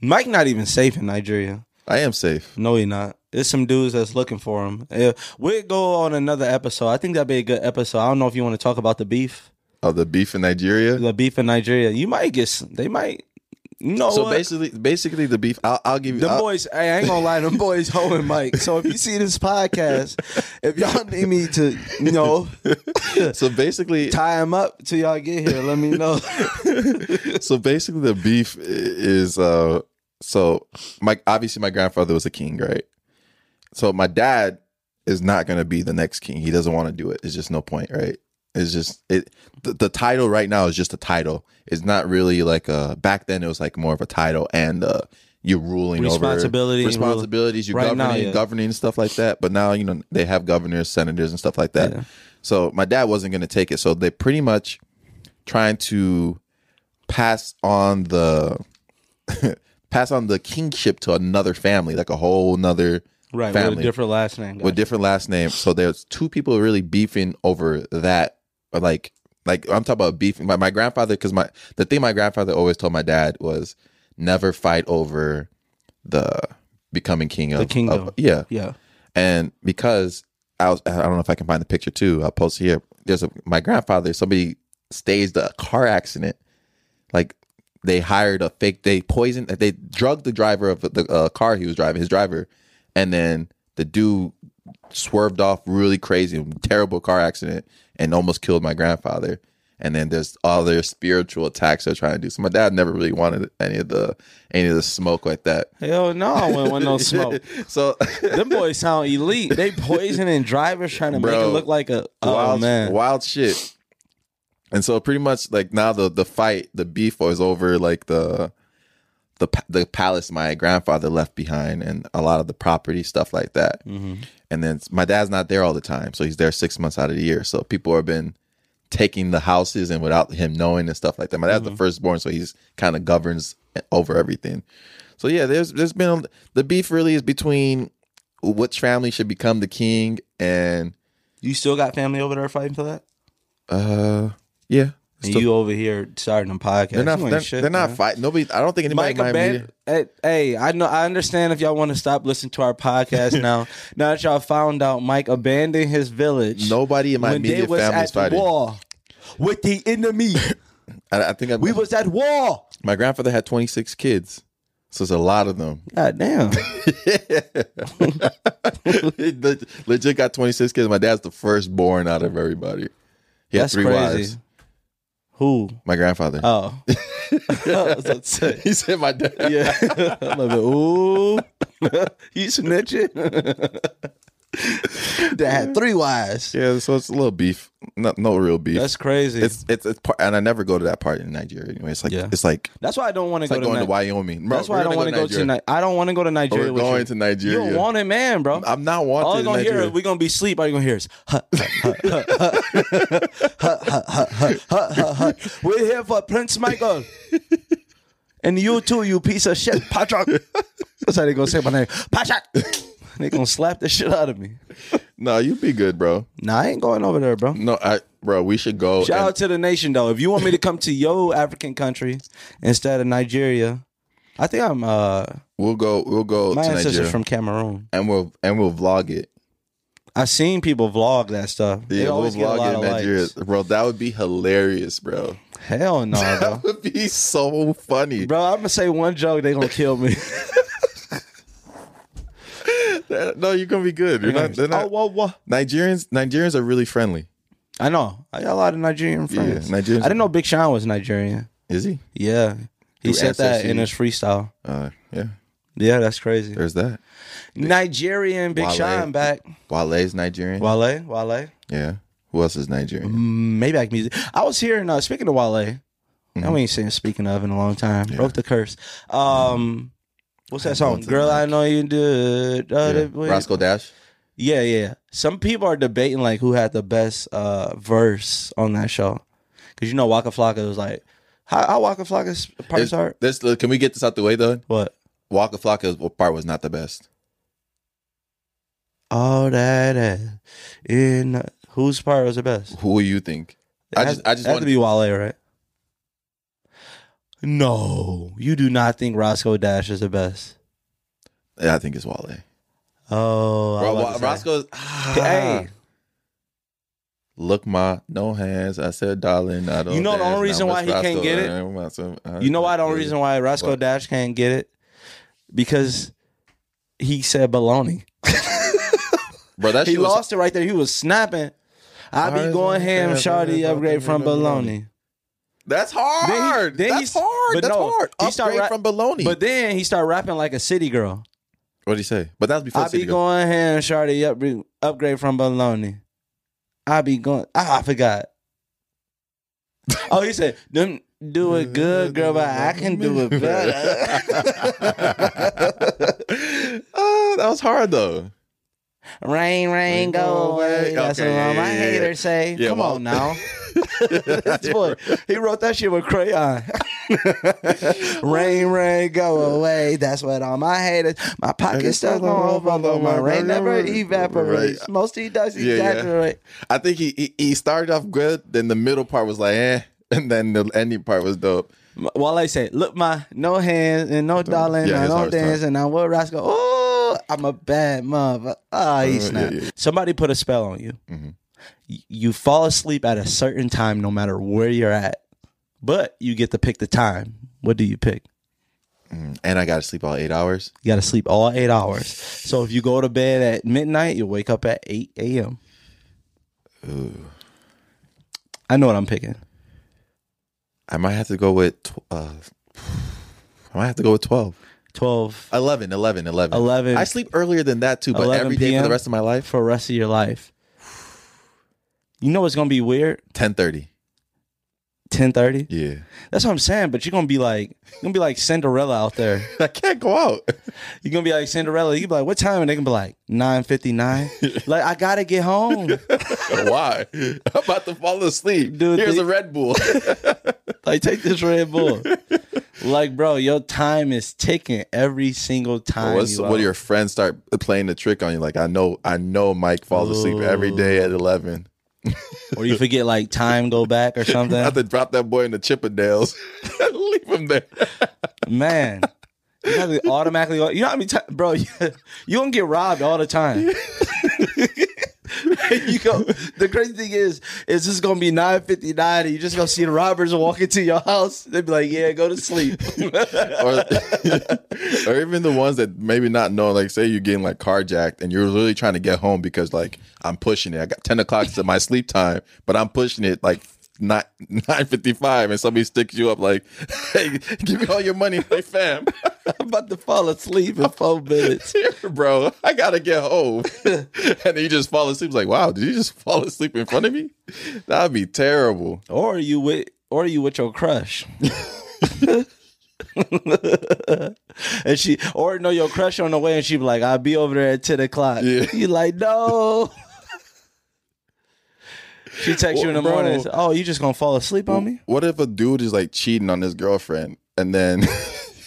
B: Mike not even safe in Nigeria.
C: I am safe.
B: No, he not. There's some dudes that's looking for him. Yeah, We'll go on another episode. I think that'd be a good episode. I don't know if you want to talk about the beef,
C: Oh, the beef in Nigeria.
B: the beef in Nigeria. You might get. s- They might. You know
C: so
B: what?
C: basically, uh, basically the beef. I'll, I'll give you.
B: Them
C: I'll-
B: boys, hey, I ain't gonna lie, them boys hoeing Mike. So if you see this podcast, if y'all need me to, you know,
C: so basically,
B: tie him up till y'all get here, let me know.
C: [laughs] so basically, the beef i- is uh. So my obviously my grandfather was a king, right? So my dad is not going to be the next king. He doesn't want to do it. It's just no point, right? It's just it. The, the title right now is just a title. It's not really like a back then. It was like more of a title and uh, you ruling
B: Responsibility
C: over
B: and
C: responsibilities. You
B: ruling. Right now,
C: governing,
B: yeah.
C: governing and stuff like that. But now you know they have governors, senators, and stuff like that.
B: Yeah.
C: So my dad wasn't going to take it. So they pretty much trying to pass on the [laughs] pass on the kingship to another family, like a whole nother
B: Right, with a
C: family
B: different last name.
C: with different last names. So there's two people really beefing over that. Like, like I'm talking about beefing. My, my grandfather, because my the thing my grandfather always told my dad was never fight over the becoming king of
B: The
C: of-
B: kingdom.
C: yeah,
B: yeah.
C: and because I was, I don't know if I can find the picture too. I'll post it here. There's a, my grandfather. Somebody staged a car accident. Like they hired a fake. They poisoned. They drugged the driver of the uh, car he was driving. His driver, and then the dude swerved off really crazy, terrible car accident, and almost killed my grandfather. And then there's other spiritual attacks they're trying to do. So my dad never really wanted any of the any of the smoke like that. [laughs]
B: Hell no, I wouldn't want no smoke.
C: so
B: Them boys sound elite. They poisoning drivers trying to make
C: Bro.
B: it look like a oh
C: wild,
B: man.
C: wild shit. And so pretty much like now the the fight, the beef was over like the the pa- the palace my grandfather left behind and a lot of the property stuff like that.
B: Mm-hmm.
C: And then my dad's not there all the time, so he's there six months out of the year. So people have been taking the houses and without him knowing and stuff like that. My dad's
B: Mm-hmm.
C: the firstborn, so he's kind of governs eh, over everything. So yeah, there's there's been the beef really is between which family should become the king and
B: You still got family over there fighting for that?
C: uh, yeah.
B: And
C: Still-
B: you over here starting a podcast.
C: they're not.
B: You ain't
C: They're,
B: shit,
C: they're not
B: man.
C: fighting. Nobody. I don't think anybody. in
B: Mike,
C: my
B: Aban-
C: immediate-
B: hey, hey, I know, I understand if y'all want to stop listening to our
C: [laughs]
B: podcast now. now that y'all found out, Mike abandoned his village.
C: nobody in my
B: when they
C: immediate
B: was
C: family
B: at
C: is fighting.
B: war with the enemy.
C: I, I think I,
B: we was at war.
C: My grandfather had twenty six kids, so it's a lot of
B: [laughs]
C: them.
B: God damn.
C: He leg- [laughs] Legit got twenty six kids. My dad's the firstborn out of everybody. He had
B: That's
C: three
B: crazy.
C: wives.
B: Who?
C: My grandfather.
B: [laughs] Oh. That's it.
C: [laughs] he said my dad.
B: Yeah.
C: [laughs]
B: I love it. Ooh. you snitching? that had three wives.
C: [laughs] Yeah, so it's a little beef. No, no real beef.
B: That's crazy.
C: it's it's it's part, and I never go to that part in Nigeria anyway. It's like
B: Yeah.
C: it's like
B: That's why I don't want to
C: it's
B: go
C: like
B: to
C: going to
B: Ni-
C: Wyoming. Bro,
B: That's why
C: we're
B: I don't
C: gonna
B: want to go to Ni- I don't want to go
C: Oh, We're
B: to Nigeria. with
C: going
B: you.
C: to
B: You
C: Nigeria.
B: don't want it, man, bro.
C: I'm not wanting.
B: all you're
C: in
B: gonna hear,
C: Nigeria.
B: we're gonna be asleep. All you're gonna hear is, "Huh, huh, huh, huh, huh, huh, huh, huh, huh, huh, huh, huh. we're here for Prince Michael. And you too, you piece of shit, Patrick. That's how they gonna say my name, Patrick. they gonna slap the shit out of me.
C: No, you be good, bro.
B: Nah, I ain't going over there, bro.
C: No, I bro, we should go.
B: Shout
C: and-
B: out to the nation though. If you want me to come to your African country instead of Nigeria, I think I'm. uh
C: we'll go. We'll go
B: My
C: to
B: ancestors
C: Nigeria,
B: from Cameroon.
C: and we'll and we'll vlog it.
B: I've seen people vlog that stuff. They
C: Yeah, we'll
B: always get a lot
C: vlog it in
B: of
C: Nigeria,
B: likes.
C: bro. That would be hilarious, bro. [laughs]
B: Hell no, bro.
C: That would be so funny.
B: Bro, I'm gonna say one joke, they gonna kill me. [laughs]
C: No, you're gonna be good. You're not, they're not,
B: Oh, whoa, whoa.
C: Nigerians. Nigerians are really friendly.
B: I know. I got a lot of Nigerian friends.
C: Nigerians-
B: I didn't know Big Sean was Nigerian.
C: Is he?
B: Yeah. He
C: Through
B: said that
C: SSE.
B: in his freestyle.
C: Uh, yeah.
B: Yeah, that's crazy.
C: There's that.
B: Nigerian Big
C: Wale.
B: Sean back.
C: Wale's Nigerian.
B: Wale, Wale.
C: yeah. Who else is Nigerian?
B: Mm, Maybach music. I was hearing uh, speaking of Wale.
C: Mm-hmm.
B: I ain't saying speaking of in a long time. Broke the curse. Um, what's that song?
C: want to
B: Girl, I know you do. Uh,
C: Yeah.
B: the way-
C: Roscoe Dash.
B: Yeah, yeah. yeah. Some people are debating like who had the best uh verse on that show, because you know Waka Flocka was like, how, how Waka Flocka's parts
C: Is-
B: are
C: This, look, can we get this out the way though?
B: what?
C: Waka Flocka's part was not the best.
B: All that ass in whose part was the best?
C: Who do you think? I just- I just
B: had
C: wanted-
B: to be Wale, right? No, you do not think Roscoe Dash is the best.
C: Yeah, I think it's Wale.
B: Oh, I
C: Ro-
B: was
C: Wa-
B: about to say.
C: Roscoe's. ah.
B: Hey,
C: Look, ma, no hands. I said, darling, I don't.
B: You know the
C: dance,
B: only reason
C: now
B: why
C: Miss
B: he can't get it?
C: I want some- I-
B: you know why the only reason why Roscoe
C: Ah, What?
B: Dash can't get it because he said baloney.
C: Bro, that
B: He
C: shit was
B: lost it right there. He was snapping. I
C: Ours
B: be going
C: is
B: ham,
C: ham,
B: Shardy
C: and
B: upgrade
C: fucking
B: from
C: bologna.
B: baloney.
C: That's hard.
B: then he-
C: That's hard.
B: but
C: That's
B: no,
C: hard.
B: he
C: Upgrade
B: start rap-
C: from baloney.
B: But then he started rapping like a city girl.
C: what did he say? But that was before
B: I
C: City
B: be
C: Girl.
B: going ham, Shardy up, upgrade from baloney. I be going. Ah,
C: [laughs]
B: I forgot. oh, he said them do
C: [laughs]
B: it good, girl, but I can do it better.
C: Ah, that was hard though.
B: rain, rain, go away. That's
C: Okay,
B: what all
C: yeah,
B: my
C: yeah, yeah.
B: haters say.
C: Yeah,
B: Come
C: well-
B: on
C: [laughs]
B: now. [laughs] This boy, he wrote that shit with crayon. [laughs] rain, rain, go away. That's what all my haters. My pockets still gonna overflow. My rain never evaporates.
C: Right.
B: Most he does
C: Yeah, yeah.
B: exaggerate.
C: I think he, he he started off good, then the middle part was like eh, [laughs] and then the ending part was dope.
B: While I say, look, my no hands and no darling,
C: Yeah,
B: I
C: his
B: don't
C: hardest time.
B: dance, and I'm with Roscoe. Oh, I'm a bad mother. Ah, he
C: Uh, yeah,
B: snapped.
C: yeah.
B: Somebody put a spell on you.
C: Mhm.
B: Y- You fall asleep at a certain time, no matter where you're at, but you get to pick the time. What do you pick?
C: Mm, And I got to sleep all eight hours.
B: You got to sleep all eight hours. So if you go to bed at midnight, you'll wake up at 8 a.m. I know what I'm picking.
C: I might have to go with tw- uh, [sighs] I might have to go with 12.
B: 12
C: 11, 11, 11.
B: 11.
C: I sleep earlier than that too, but
B: 11
C: every day for
B: PM?
C: the rest of my life,
B: for the rest of your life. You know what's going to be weird?
C: 10:30.
B: 1030.
C: Yeah. [laughs]
B: That's what I'm saying, but you're going to be like, you're going to be like Cinderella out there.
C: I can't go out. [laughs]
B: You're going to be like Cinderella. You can be like, what time? And they can be like,
C: [laughs]
B: 9.59. like, I got to get home.
C: Why? I'm about to fall asleep.
B: Dude,
C: Here's
B: they-
C: a Red Bull.
B: Like, take this Red Bull. like, bro, your time is ticking every single time.
C: What's,
B: you
C: what
B: out.
C: do your friends start playing the trick on you? Like I know, I know Mike falls asleep every day at 11.
B: or you forget, like, time go back
C: [laughs]
B: or
C: I have
B: something.
C: to drop that boy in the Chippendales. [laughs] Leave him there.
B: Man. You have to automatically go. You know how many times, bro? [laughs] You, you don't get robbed all the time. you go. The crazy thing is, is this gonna be nine fifty nine, and you just gonna see the robbers walk into your house. They'd be like, "Yeah, go to sleep." [laughs]
C: Or, [laughs] or even the ones that maybe not know, like say you're getting like carjacked and you're really trying to get home because like I'm pushing it. I got 10 o'clock to my sleep time, but I'm pushing it like not [laughs] nine fifty five, and somebody sticks you up like, [laughs] "Hey, give me all your money, hey fam, [laughs]
B: I'm about to fall asleep in four minutes.
C: bro, I gotta get home." [laughs] and then you just fall asleep. It's like, wow, did you just fall asleep in front of me? That'd be terrible.
B: Or you with or you with your [laughs] crush. and she or no your crush on the way and she be like, I'll be over there at ten o'clock.
C: Yeah.
B: You like, no. she texts you in the
C: Bro.
B: morning and says, Oh, you just gonna fall asleep on me?
C: What if a dude is like cheating on his girlfriend, and then [laughs]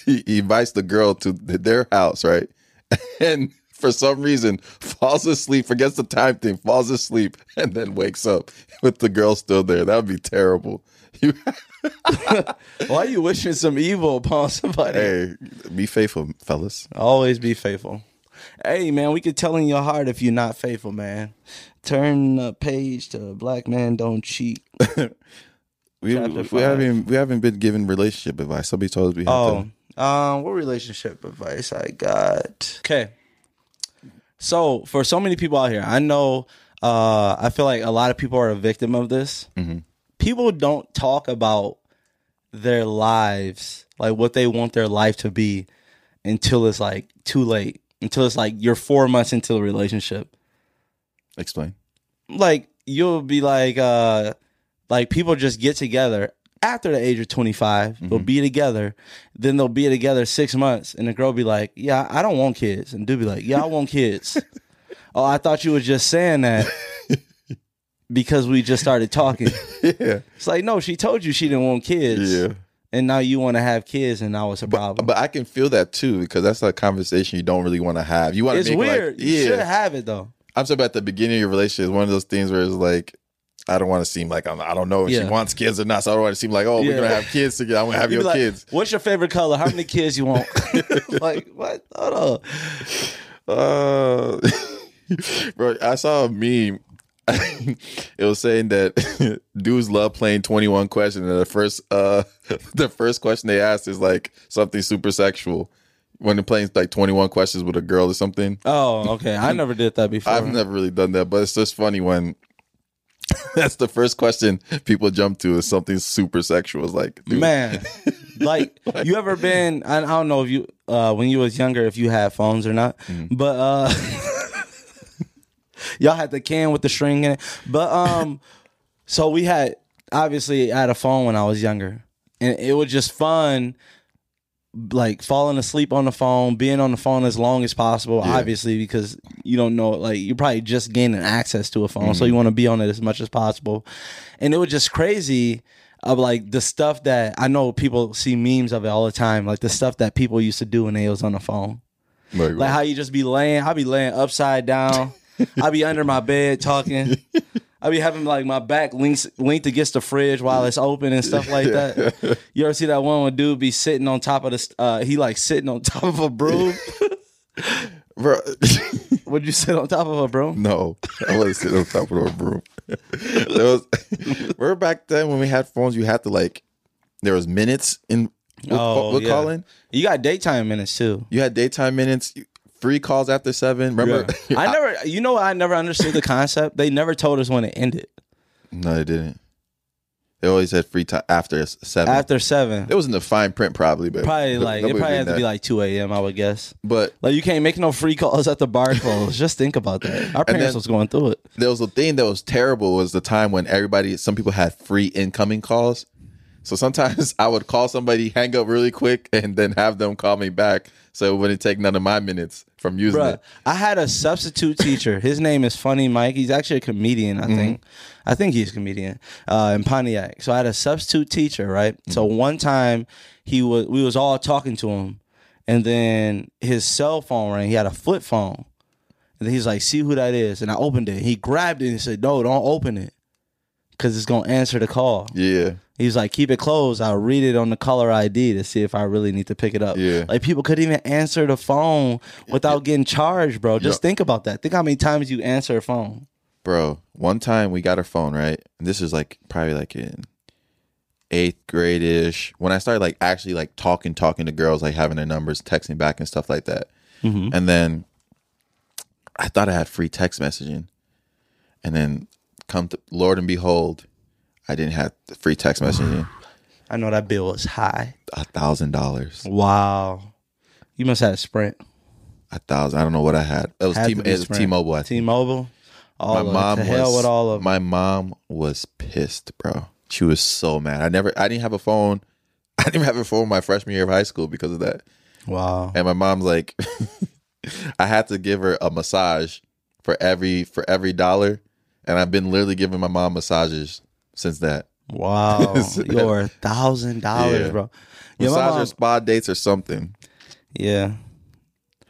C: he, he invites the girl to th- their house, right? [laughs] And for some reason, falls asleep, forgets the time thing, falls asleep, and then wakes up with the girl still there. That would be terrible. [laughs] You
B: Why are you wishing some evil upon somebody?
C: Hey, be faithful, fellas.
B: Always be faithful. Hey man, we could tell in your heart if you're not faithful, man. Turn the page to Black Man Don't Cheat.
C: We,
B: Chapter
C: we
B: five.
C: haven't we haven't been given relationship advice. Somebody told us we have
B: Oh,
C: to.
B: um, what relationship advice I got? Okay. So for so many people out here, I know. Uh, I feel like a lot of people are a victim of this. People don't talk about their lives, like what they want their life to be, until it's like too late. Until it's like you're four months into the relationship
C: Explain.
B: like you'll be like uh like people just get together after the age of 25 they'll
C: Mm-hmm.
B: be together then they'll be together six months and the girl be like yeah i don't want kids and dude be like yeah i want
C: [laughs]
B: kids oh i thought you were just saying that because we just started talking
C: [laughs] Yeah,
B: it's like no she told you she didn't want kids
C: yeah.
B: and now you want to have kids and now it's a problem
C: But I can feel that too because that's a conversation you don't really want to have. You want
B: it's
C: to make
B: weird
C: like,
B: you should
C: yeah.
B: have it though
C: I'm talking about the beginning of your relationship. It's one of those things where it's like, I don't want to seem like I'm. I don't know if
B: Yeah.
C: she wants kids or not. So I don't want to seem like, oh,
B: Yeah.
C: we're gonna have kids together. I'm gonna have
B: You
C: your
B: be like, [laughs]
C: kids.
B: What's your favorite color? How many kids you want? [laughs] like what? Hold on.
C: Uh, [laughs] bro, I saw a meme. [laughs] it was saying that [laughs] dudes love playing 21 questions and the first uh [laughs] the first question they asked is like something super sexual when they're playing like 21 questions with a girl or something
B: Oh, okay. I never did that before.
C: i've never really done that but it's just funny when [laughs] that's the first question people jump to is something super sexual it's like dude,
B: Man, like you ever been? I, I don't know if you uh when you was younger if you had phones or not, but uh [laughs] y'all had the can with the string in it. But um, so we had obviously I had a phone when I was younger, and it was just fun. Like falling asleep on the phone, being on the phone as long as possible, obviously, because you don't know, like, you're probably just gaining access to a phone. So you want to be on it as much as possible. And it was just crazy of like the stuff that I know people see memes of it all the time, like the stuff that people used to do when they was on the phone.
C: like,
B: Like how you just be laying, I'll be laying upside down. I'll be under my bed talking. I'll be having like my back links, linked against the fridge while it's open and stuff like that. You ever see that one where dude be sitting on top of the, uh, he like sitting on top of a broom?
C: bro [laughs]
B: Would you sit on top of a broom?
C: No, I wasn't sitting on top of a room. [laughs] there was, [laughs] remember back then when we had phones, you had to like, there was minutes in with,
B: Oh,
C: with
B: yeah.
C: calling.
B: You got daytime minutes too.
C: You had daytime minutes, free calls after seven. Remember? [laughs]
B: I never, you know, what? I never understood the concept. They never told us when it ended
C: no, they didn't. They always had free time after s- seven.
B: after seven.
C: it was in the fine print, probably, but
B: Probably
C: no-
B: like it
C: nobody did
B: probably had to
C: that.
B: be like two a.m. I would guess.
C: But
B: Like you can't make no free calls at the bar [laughs] close. Just think about that. Our parents
C: then-
B: was going through it.
C: there was a thing that was terrible was the time when everybody some people had free incoming calls so sometimes [laughs] i would call somebody hang up really quick and then have them call me back so it wouldn't take none of my minutes from using
B: Bruh,
C: it
B: I had a substitute teacher. His name is Funny Mike. He's actually a comedian,
C: Mm-hmm.
B: I think. I think he's a comedian uh, in Pontiac. So I had a substitute teacher, right?
C: Mm-hmm.
B: So one time he was, we was all talking to him, and then his cell phone rang. He had a flip phone, and then he's like, "See who that is?" And I opened it. He grabbed it and said, "No, don't open it, because it's gonna answer the call."
C: yeah
B: He was like, keep it closed. I'll read it on the caller ID to see if I really need to pick it up.
C: Yeah.
B: Like people couldn't even answer the phone without getting charged, bro. Just
C: Yeah.
B: think about that. Think how many times you answer a phone.
C: bro one time we got a phone right and this is like probably like in eighth grade ish when i started like actually like talking talking to girls like having their numbers texting back and stuff like that
B: Mm-hmm.
C: and then i thought i had free text messaging and then come to lord and behold i I didn't have the free text
B: [sighs]
C: messaging.
B: I know that bill was high.
C: A thousand dollars.
B: Wow. You must have Sprint.
C: A thousand. I don't know what I had. It was
B: Had
C: T.
B: to be
C: It was
B: Sprint.
C: T-Mobile. I think.
B: T-Mobile. All of it. To hell with all of them.
C: my mom was pissed, bro. She was so mad. I never. I didn't have a phone. [laughs] I didn't have a phone my freshman year of high school because of that. [laughs]
B: Wow.
C: And my mom's like, I had to give her a massage for every for every dollar, and I've been literally giving my mom massages since that.
B: Wow.
C: It's-
B: Your thousand dollars,
C: Yeah.
B: bro. Yeah, my
C: Massage or
B: mom-
C: spa dates or something.
B: yeah.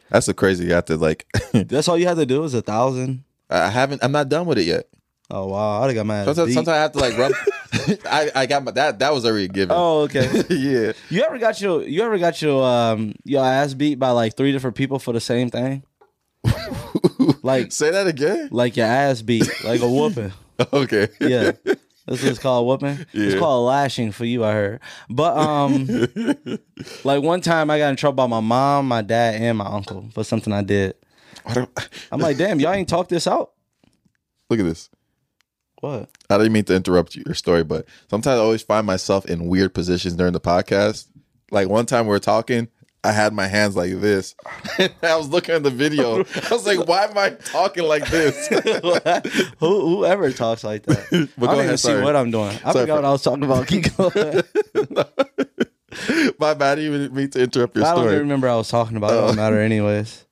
C: That's the crazy. You have to like. [laughs]
B: That's all you had to do was a thousand.
C: I haven't. I'm not done with it yet.
B: Oh wow. I'd have got mad.
C: Sometimes, sometimes I have to like
B: [laughs]
C: rub. [laughs] I, I got my that that was already given.
B: Oh, okay.
C: [laughs] yeah.
B: You ever got your you ever got your um your ass beat by like three different people for the same thing? Like-
C: say that again.
B: Like your ass beat, like a whooping.
C: [laughs] Okay.
B: Yeah. This is called whooping. It's
C: Yeah.
B: called lashing for you, I heard. But um like one time I got in trouble by my mom, my dad, and my uncle for something I did.
C: I don't,
B: I'm like, damn, y'all ain't talked this out.
C: look at this. [laughs]
B: What?
C: I didn't mean to interrupt your story, but sometimes I always find myself in weird positions during the podcast. Like one time we were talking, I had my hands like this. [laughs] I was looking at the video. I was like, why am I talking like this? [laughs]
B: Who whoever talks like that? I
C: go
B: don't even
C: ahead,
B: see
C: sorry.
B: what I'm doing. I
C: Sorry
B: forgot
C: for-
B: what I was talking about.
C: [laughs]
B: Keep going.
C: My bad. I didn't even mean to interrupt your
B: I don't even
C: story.
B: remember what I was talking about. It
C: Oh.
B: don't matter anyways.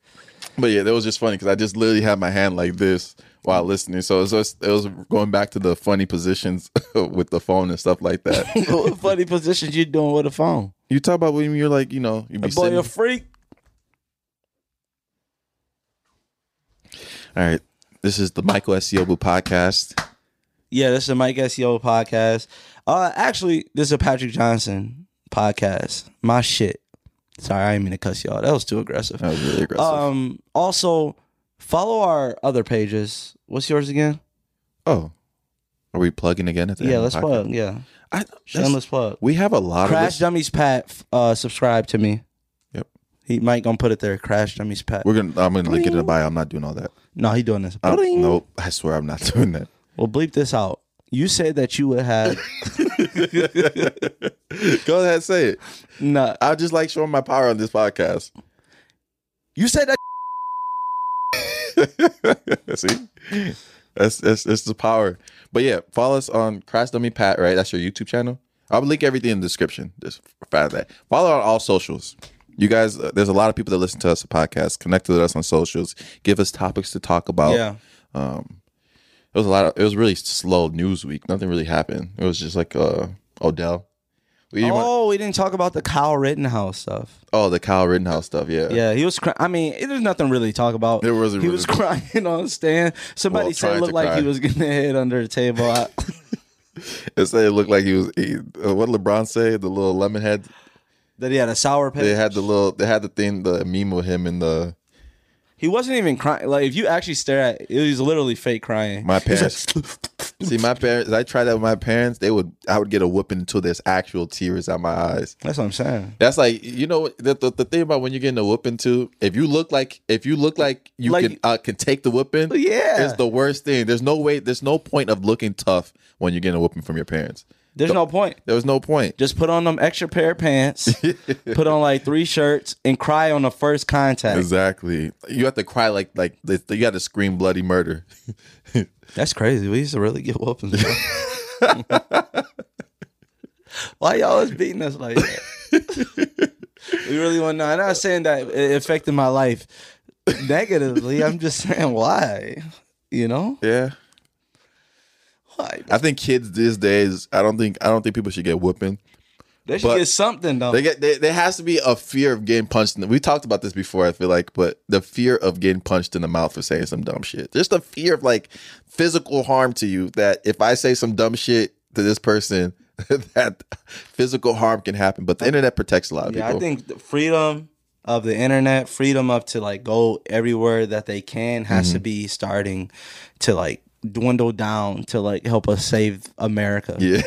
C: But yeah, that was just funny because I just literally had my hand like this while listening. So it was, just, it was going back to the funny positions [laughs] with the phone and stuff like that.
B: [laughs] what funny positions you doing with a phone?
C: you talk about when you're like, you know, you be
B: Boy,
C: sitting-
B: you're freak.
C: All right. This is the Michael Esiobu podcast.
B: Yeah, this is the Mike SEO podcast. Uh, actually, this is a Patrick Johnson podcast. My shit. Sorry, I didn't mean to cuss y'all. That was too aggressive.
C: That was really aggressive.
B: Um, also, follow our other pages. What's yours again?
C: oh. Are we plugging again at the end?
B: yeah,
C: of
B: let's
C: the podcast?
B: plug. Yeah,
C: I, that's-
B: shameless plug.
C: we have a lot
B: Crash
C: of.
B: Dummies Pat, f- uh, subscribe to me.
C: Yep.
B: He Mike gonna put it there. Crash Dummies Pat.
C: We're gonna. I'm gonna link it in the bio. I'm not doing all that.
B: no, he doing this.
C: I don't- nope. I swear I'm not [laughs] doing
B: [laughs]
C: that.
B: Well, bleep this out. You said that you
C: [laughs]
B: would have.
C: Go ahead, say it.
B: nah,
C: I just like showing my power on this podcast.
B: you said that.
C: [laughs] See, that's that's that's the power. But yeah, follow us on Crash Dummy Pat. Right, that's your YouTube channel. I'll link everything in the description. Just for that. Follow on all socials. You guys, uh, there's a lot of people that listen to us on podcasts. Connect with us on socials. Give us topics to talk about.
B: Yeah.
C: Um, it was a lot. Of, it was really slow news week. Nothing really happened. It was just like uh Odell. We didn't want,
B: Oh, we didn't talk about the Kyle Rittenhouse stuff.
C: oh, the Kyle Rittenhouse stuff. Yeah.
B: Yeah, he was. Cry- I mean, it- there's nothing really to talk about.
C: Uh, There wasn't
B: He
C: really-
B: was [laughs] crying on the stand. Somebody
C: Well,
B: said
C: trying
B: it looked
C: to
B: like he
C: cry.
B: was getting hit under the
C: [laughs]
B: table. I,
C: It said it looked like he was. He, uh, what did LeBron say? The little lemon head
B: that he had a sour
C: They
B: patch.
C: had the little. They had the thing. The meme of him in the
B: he wasn't even crying. Like if you actually stare at, it, he's literally fake crying.
C: my parents. See, my parents. I tried that with my parents. They would. I would get a whooping until there's actual tears out my eyes.
B: That's what I'm saying.
C: That's like you know what- the, the, the thing about when you're getting a whooping too. If you look like if you look like you
B: Like-
C: can uh, can take the whooping,
B: Yeah.
C: it's the worst thing. There's no way. There's no point of looking tough when you're getting a whooping from your parents.
B: There's no point.
C: There was no point.
B: Just put on them extra pair
C: [laughs]
B: of pants, put on like three shirts, and cry on the first contact.
C: Exactly. You have to cry like like you have to scream bloody murder.
B: That's crazy. We used to really get whoopings. bro. [laughs] Why y'all always beating us like that? [laughs] we really want to know. I'm not saying that it affected my life negatively. I'm just saying why. You know?
C: Yeah.
B: Why?
C: I think kids these days. I don't think I don't think people should get whooping.
B: They should
C: but-
B: get something though.
C: They get they, there has to be a fear of getting punched. in the, We talked about this before. I feel like, but the fear of getting punched in the mouth for saying some dumb shit. Just the fear of like physical harm to you. That if I say some dumb shit to this person, [laughs] that physical harm can happen. But the internet protects a lot of
B: yeah, I
C: people.
B: think the freedom of the internet, freedom of to like go everywhere that they can has to be starting to like dwindle down to like help us save America. [laughs]
C: yeah,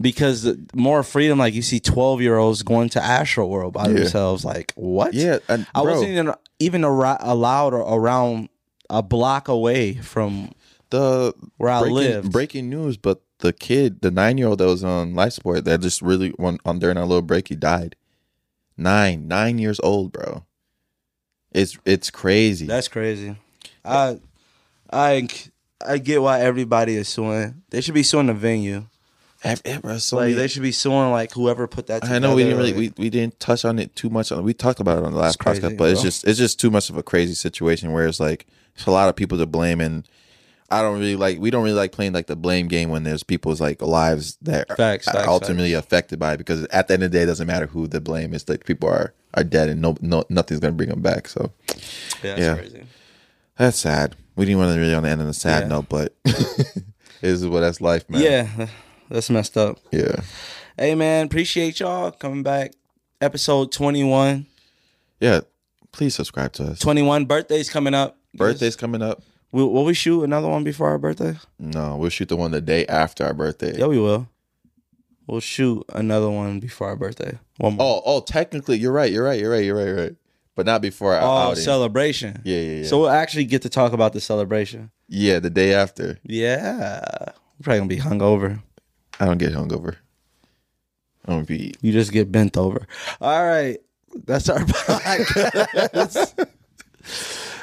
B: Because the more freedom, like you see 12 year olds going to Astro World by themselves. Like, what?
C: yeah. And,
B: I
C: bro,
B: wasn't even, even ar- allowed or around a block away from
C: the
B: where I
C: breaking,
B: lived.
C: Breaking news, but the kid, the nine year old that was on life support, that just really on, on during our little break, he died. Nine, nine years old, bro. It's it's crazy.
B: That's crazy. I, I, I get why everybody is suing. They should be suing the venue.
C: Ev- eh, bro, so
B: Like
C: many-
B: they should be suing like whoever put that.
C: I know we didn't
B: together,
C: really
B: like-
C: we, we didn't touch on it too much. On, we talked about it on the last
B: It's crazy,
C: podcast, but it's
B: bro.
C: just it's just too much of a crazy situation where it's like it's a lot of people to blame, and I don't really like we don't really like playing like the blame game when there's people's like lives that are-
B: Facts,
C: are
B: facts,
C: ultimately affected by it because at the end of the day, it doesn't matter who the blame is. Like people are are dead, and no no nothing's gonna bring them back. So yeah.
B: Yeah, that's crazy.
C: that's sad. We didn't want to really on the end on a sad
B: Yeah.
C: note, but [laughs] this is what that's life, man.
B: Yeah, that's messed up.
C: yeah.
B: Hey man, appreciate y'all coming back. Episode 21.
C: Yeah. Please subscribe to us.
B: 21 birthdays coming up.
C: Birthday's coming up.
B: Will, will we shoot another one before our birthday?
C: No, we'll shoot the one the day after our birthday.
B: Yeah, we will. We'll shoot another one before our birthday. One
C: Oh,
B: more.
C: oh, technically, you're right. You're right. You're right. You're right. You're right. But not before our
B: Oh,
C: outing.
B: celebration.
C: yeah, yeah, yeah.
B: So we'll actually get to talk about the celebration.
C: yeah, the day after.
B: Yeah. We're probably gonna be hungover.
C: I don't get hungover. I don't be.
B: You just get bent over. All right. That's our [laughs] podcast.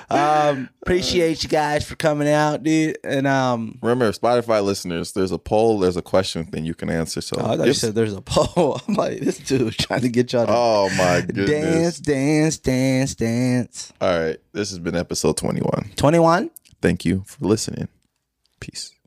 B: um, appreciate you guys for coming out, dude. And um
C: Remember, Spotify listeners, there's a poll, there's a question thing you can answer. So,
B: oh, I thought you
C: give-
B: said there's a poll. [laughs] I'm like, this dude trying to get y'all to
C: [laughs] oh my goodness.
B: [laughs] dance, dance, dance, dance.
C: All right, this has been episode 21.
B: 21.
C: Thank you for listening. Peace.